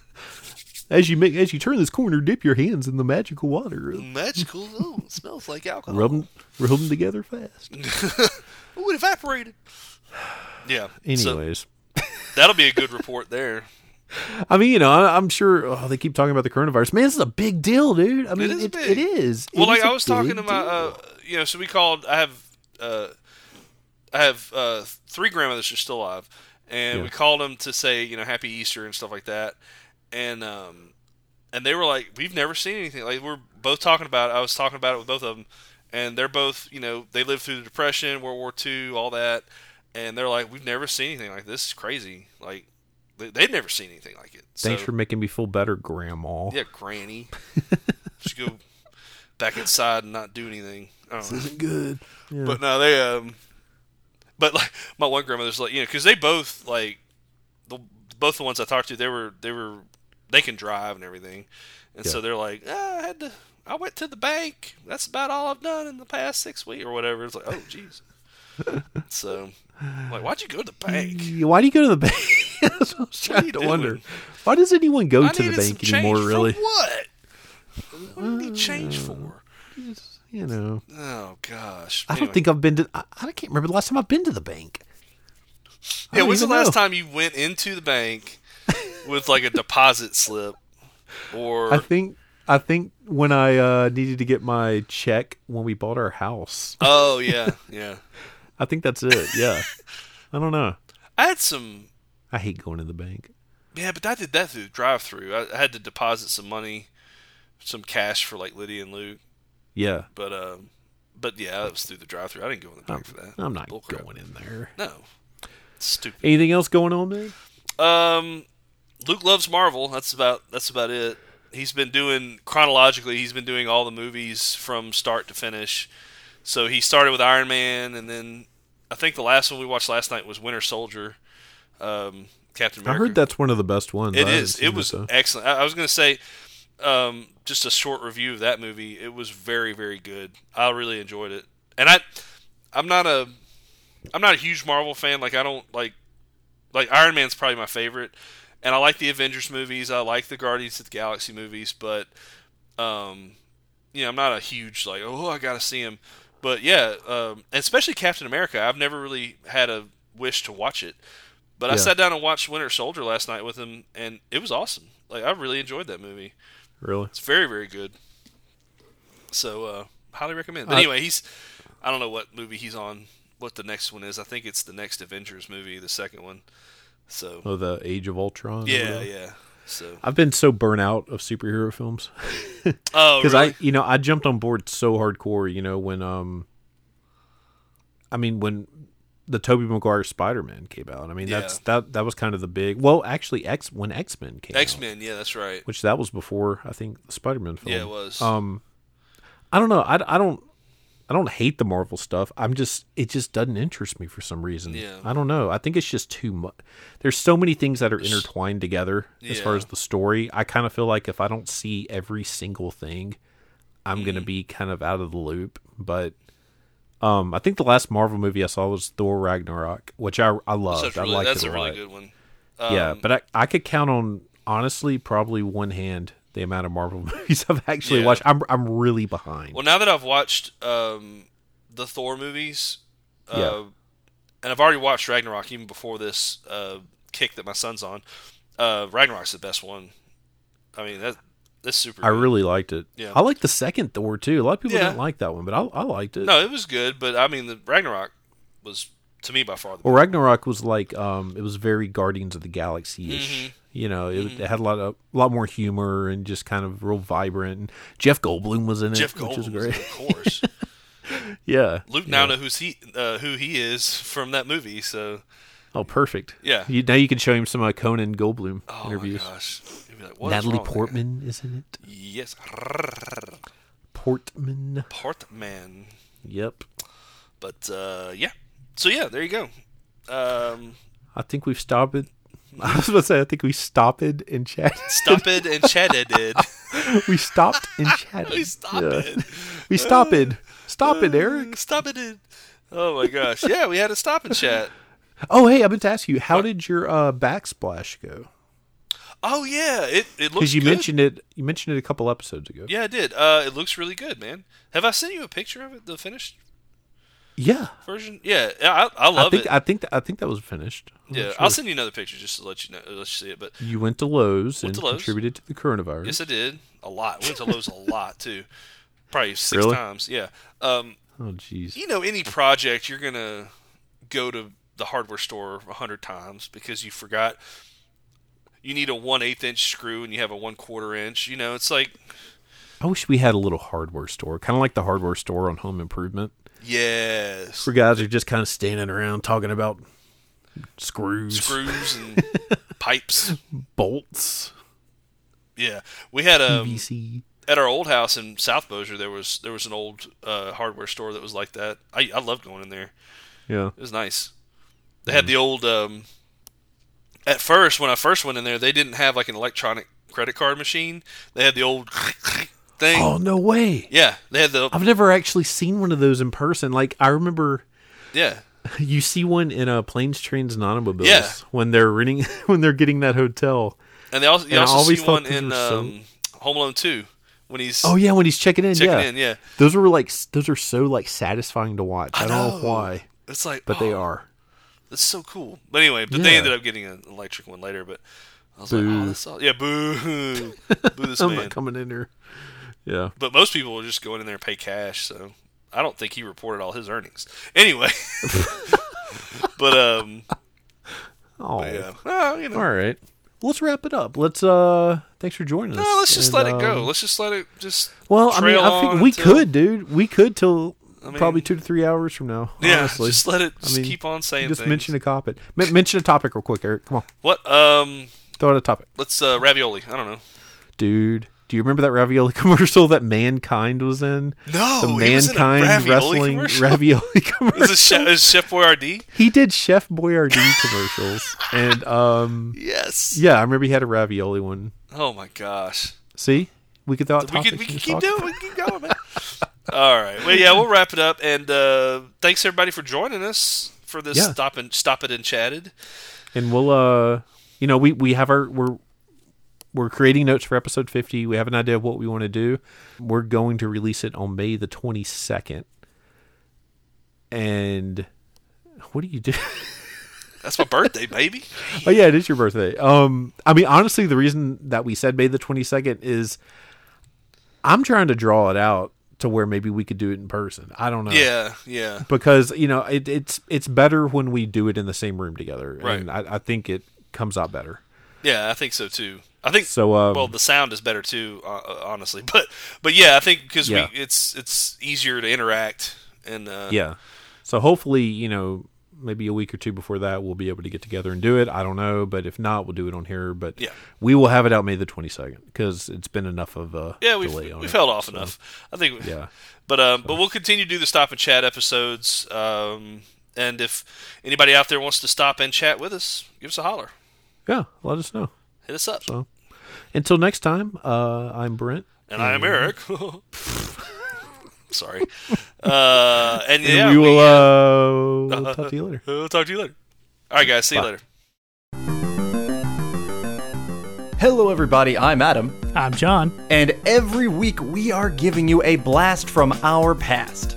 As you make, as you turn this corner, dip your hands in the magical water. magical. Oh, it smells like alcohol. Rub them, rub them together fast. Ooh, it evaporated. [sighs] Yeah. So Anyways. that'll be a good report there. I mean, you know, I- I'm sure oh, they keep talking about the coronavirus. Man, this is a big deal, dude. I mean, is it, big. it is. It Well, like is a I was talking big to my, uh, deal. you know, so we called. I have, uh, I have uh, three grandmothers who are still alive, and Yeah. we called them to say, you know, Happy Easter and stuff like that, and um, and they were like, we've never seen anything like we're both talking about. It. I was talking about it with both of them, and they're both, you know, they lived through the Depression, World War II, all that, and they're like, we've never seen anything like this. It's crazy. Like they, they'd never seen anything like it. Thanks so, for making me feel better, Grandma. yeah, Granny. Just go back inside and not do anything. I don't know. This is good. Yeah. But no, they um, but like my one grandmother's like you know because they both like the both the ones I talked to they were they were they can drive and everything, and so Yeah. they're like ah, I had to I went to the bank. That's about all I've done in the past six weeks or whatever. It's like oh jeez. so I'm like why'd you go to the bank? [laughs] Yeah, Why do you go to the bank? That's what I was What are trying you to wonder. doing? Why does anyone go I to the needed some bank change anymore? for Really, Uh, what? What do you need change for? you know, Oh gosh. I Anyway. don't think I've been to. I, I can't remember the last time I've been to the bank. I Yeah, don't when's the even last know. time you went into the bank with like a deposit slip or I think. I think when I uh, needed to get my check when we bought our house. Oh yeah, yeah. I think that's it. [laughs] Yeah. I don't know. I had some I hate going to the bank. yeah, but I did that through drive through. I, I had to deposit some money, some cash for like Lydia and Luke, Yeah. but um but yeah, it was through the drive through. I didn't go in the bank for that. I'm not Bullcrap. going in there. No. Stupid. Anything else going on, man? Um Luke loves Marvel. That's about that's about it. He's been doing chronologically. He's been doing all the movies from start to finish. So he started with Iron Man, and then I think the last one we watched last night was Winter Soldier, um, Captain I America. heard that's one of the best ones. It I haven't is. seen It was though. excellent. I, I was going to say, um, just a short review of that movie. It was very, very good. I really enjoyed it, and I, I'm not a, I'm not a huge Marvel fan. Like I don't like, like Iron Man's probably my favorite, and I like the Avengers movies. I like the Guardians of the Galaxy movies, but Um, you know, I'm not a huge like, oh, I gotta see him, but yeah, um, especially Captain America. I've never really had a wish to watch it, but I Yeah. sat down and watched Winter Soldier last night with him, and it was awesome. Like I really enjoyed that movie. Really? It's very very good. So uh, highly recommend. But I- anyway, he's I don't know what movie he's on. What the next one is? I think it's the next Avengers movie, the second one. So Oh, the Age of Ultron. or yeah, whatever. yeah. So I've been so burnt out of superhero films oh, because really? I, you know, I jumped on board so hardcore. You know, when um, I mean, when the Tobey Maguire Spider Man came out, I mean, Yeah. that's that that was kind of the big. Well, actually, X when X Men came X out, Men. Yeah, that's right. which that was before I think the Spider Man film. Yeah, it was. Um, I don't know. I, I don't. I don't hate the Marvel stuff. I'm just it just doesn't interest me for some reason. Yeah. I don't know. I think it's just too much. There's so many things that are intertwined together as far Yeah. as the story. I kind of feel like if I don't see every single thing, I'm gonna Mm. be kind of out of the loop. But um, I think the last Marvel movie I saw was Thor Ragnarok, which I I loved. that's a I really, liked that's it a a really lot. good one. yeah, Um, but I I could count on honestly probably one hand the amount of Marvel [laughs] movies I've actually Yeah. watched. I'm I'm really behind. Well, now that I've watched um, the Thor movies, uh, Yeah. and I've already watched Ragnarok even before this uh, kick that my son's on. Uh, Ragnarok's the best one. I mean that that's super. I good. really liked it. Yeah. I liked the second Thor too. A lot of people Yeah. didn't like that one, but I, I liked it. no, it was good, but I mean the Ragnarok was to me by far the best. Well, Ragnarok was like um, it was very Guardians of the Galaxy ish. Mm-hmm. You know, it, it had a lot of a lot more humor and just kind of real vibrant. And Jeff Goldblum was in it, Jeff Goldblum, which is was in great. it, of course. [laughs] yeah. Luke now knows who's he, uh, who he is from that movie. So, Oh, perfect. Yeah. You, now you can show him some uh, Conan Goldblum oh interviews. my gosh, He'd be like, "What is Natalie wrong with that Portman is in it. guy?" Yes, Portman. Portman. Yep. But uh, yeah, so yeah, there you go. Um, I think we've stopped it. [laughs] I was about to say I think we stopped it and chatted. stop it and chatted [laughs] it. we stopped and chatted. [laughs] We stop Yeah. it. We stop it. Stop it, [laughs] Eric. Stop it. and- Oh my gosh! Yeah, we had a stop and chat. Oh, hey, I meant to ask you, how did your uh, backsplash go? Oh yeah, it it looks. Because you good. mentioned it. You mentioned it a couple episodes ago. Yeah, I did. Uh, it looks really good, man. Have I sent you a picture of it, the finished Yeah. version? Yeah, I, I love I think it. I think I think that was finished. I'm yeah, not I'll sure. send you another picture just to let you know, let you see it. But you went to Lowe's and to Lowe's. contributed to the coronavirus. yes, I did a lot. Went to Lowe's a lot too, probably six Really? times. Yeah. Um, oh, jeez. you know any project you're gonna go to the hardware store a hundred times because you forgot you need a one eighth inch screw and you have a one quarter inch you know it's like I wish we had a little hardware store, kind of like the hardware store on Home Improvement, yes where guys are just kind of standing around talking about screws, screws and pipes bolts, yeah we had a PVC. at our old house in south Bossier, there was there was an old uh, hardware store that was like that i i loved going in there Yeah. It was nice. They Hmm. had the old. Um, at first, when I first went in there, they didn't have like an electronic credit card machine. They had the old [laughs] thing. Oh no way! Yeah, they had the I've never actually seen one of those in person. Like I remember [laughs] yeah. you see one in uh, planes, trains, and automobiles Yeah. when they're renting [laughs] when they're getting that hotel. And they also you And I also always see one thought those in were so- um, Home Alone Two when he's Oh yeah, when he's checking in, checking yeah. in. Yeah, Those were like s- those are so like satisfying to watch. I, don't know. know why, it's like but they oh, are. That's so cool. But anyway, but they Yeah. ended up getting an electric one later. But I was like, oh, Boo. Oh that's all. yeah, boo, [laughs] boo [laughs] this I'm man. not coming in here. Yeah. But most people were just going in there and pay cash, so I don't think he reported all his earnings. Anyway. [laughs] but um Oh. yeah. Well, you know. All right. Well, let's wrap it up. Let's uh thanks for joining us. No, let's just And, let it um, go. Let's just let it just Well, I mean, trail I on think we until- could, dude. We could till mean- probably 2 to 3 hours from now. Yeah, honestly. just let it just mean, keep on saying just things. mention a topic. Men- mention a topic real quick, Eric. Come on. what um Throw out a topic. let's uh ravioli. I [laughs] don't know. Dude, do you remember that ravioli [laughs] commercial that Mankind was in? No, the he was in a Mankind ravioli wrestling commerel? [laughs] ravioli commercial. Is it Chef, is Chef Boyardee? he did Chef Boyardee commercials, and um, Yes. yeah, I remember he had a ravioli one. Oh my gosh. See, we could throw out We could we topics and could just keep talk. doing we can keep going, man. [laughs] All right. Well, yeah, we'll wrap it up, and uh, thanks everybody for joining us for this Yeah. stop and stop it and chatted. and we'll uh, you know, we we have our we're we're creating notes for episode 50. We have an idea of what we want to do. We're going to release it on May the 22nd. And what do [laughs] you do? That's my birthday, [laughs] baby. oh yeah, it is your birthday. Um, I mean, honestly, the reason that we said May the twenty second is I'm trying to draw it out to where maybe we could do it in person. I don't know. Yeah, yeah. Because you know it, it's it's better when we do it in the same room together, Right. and I, I think it comes out better. Yeah, I think so too. I think So, um, well, the sound is better too, uh, uh, honestly. [laughs] But but yeah, I think because Yeah. we it's it's easier to interact and uh, Yeah. So hopefully, you know, maybe a week or two before that, we'll be able to get together and do it. I don't know, but if not, we'll do it on here. But Yeah. we will have it out May the twenty second because it's been enough of a yeah we've delay on we've it. held off enough. I think Yeah. But um, but we'll continue to do the stop and chat episodes. Um, and if anybody out there wants to stop and chat with us, give us a holler. Yeah, let us know. Hit us up. Until next time, uh, I'm Brent. and I am Eric. [laughs] [laughs] Sorry. Uh, and yeah, we will we- uh, we'll talk to you later. we'll talk to you later. All right, guys. See Bye. you later. Hello, everybody. I'm Adam. I'm John. And every week we are giving you a blast from our past.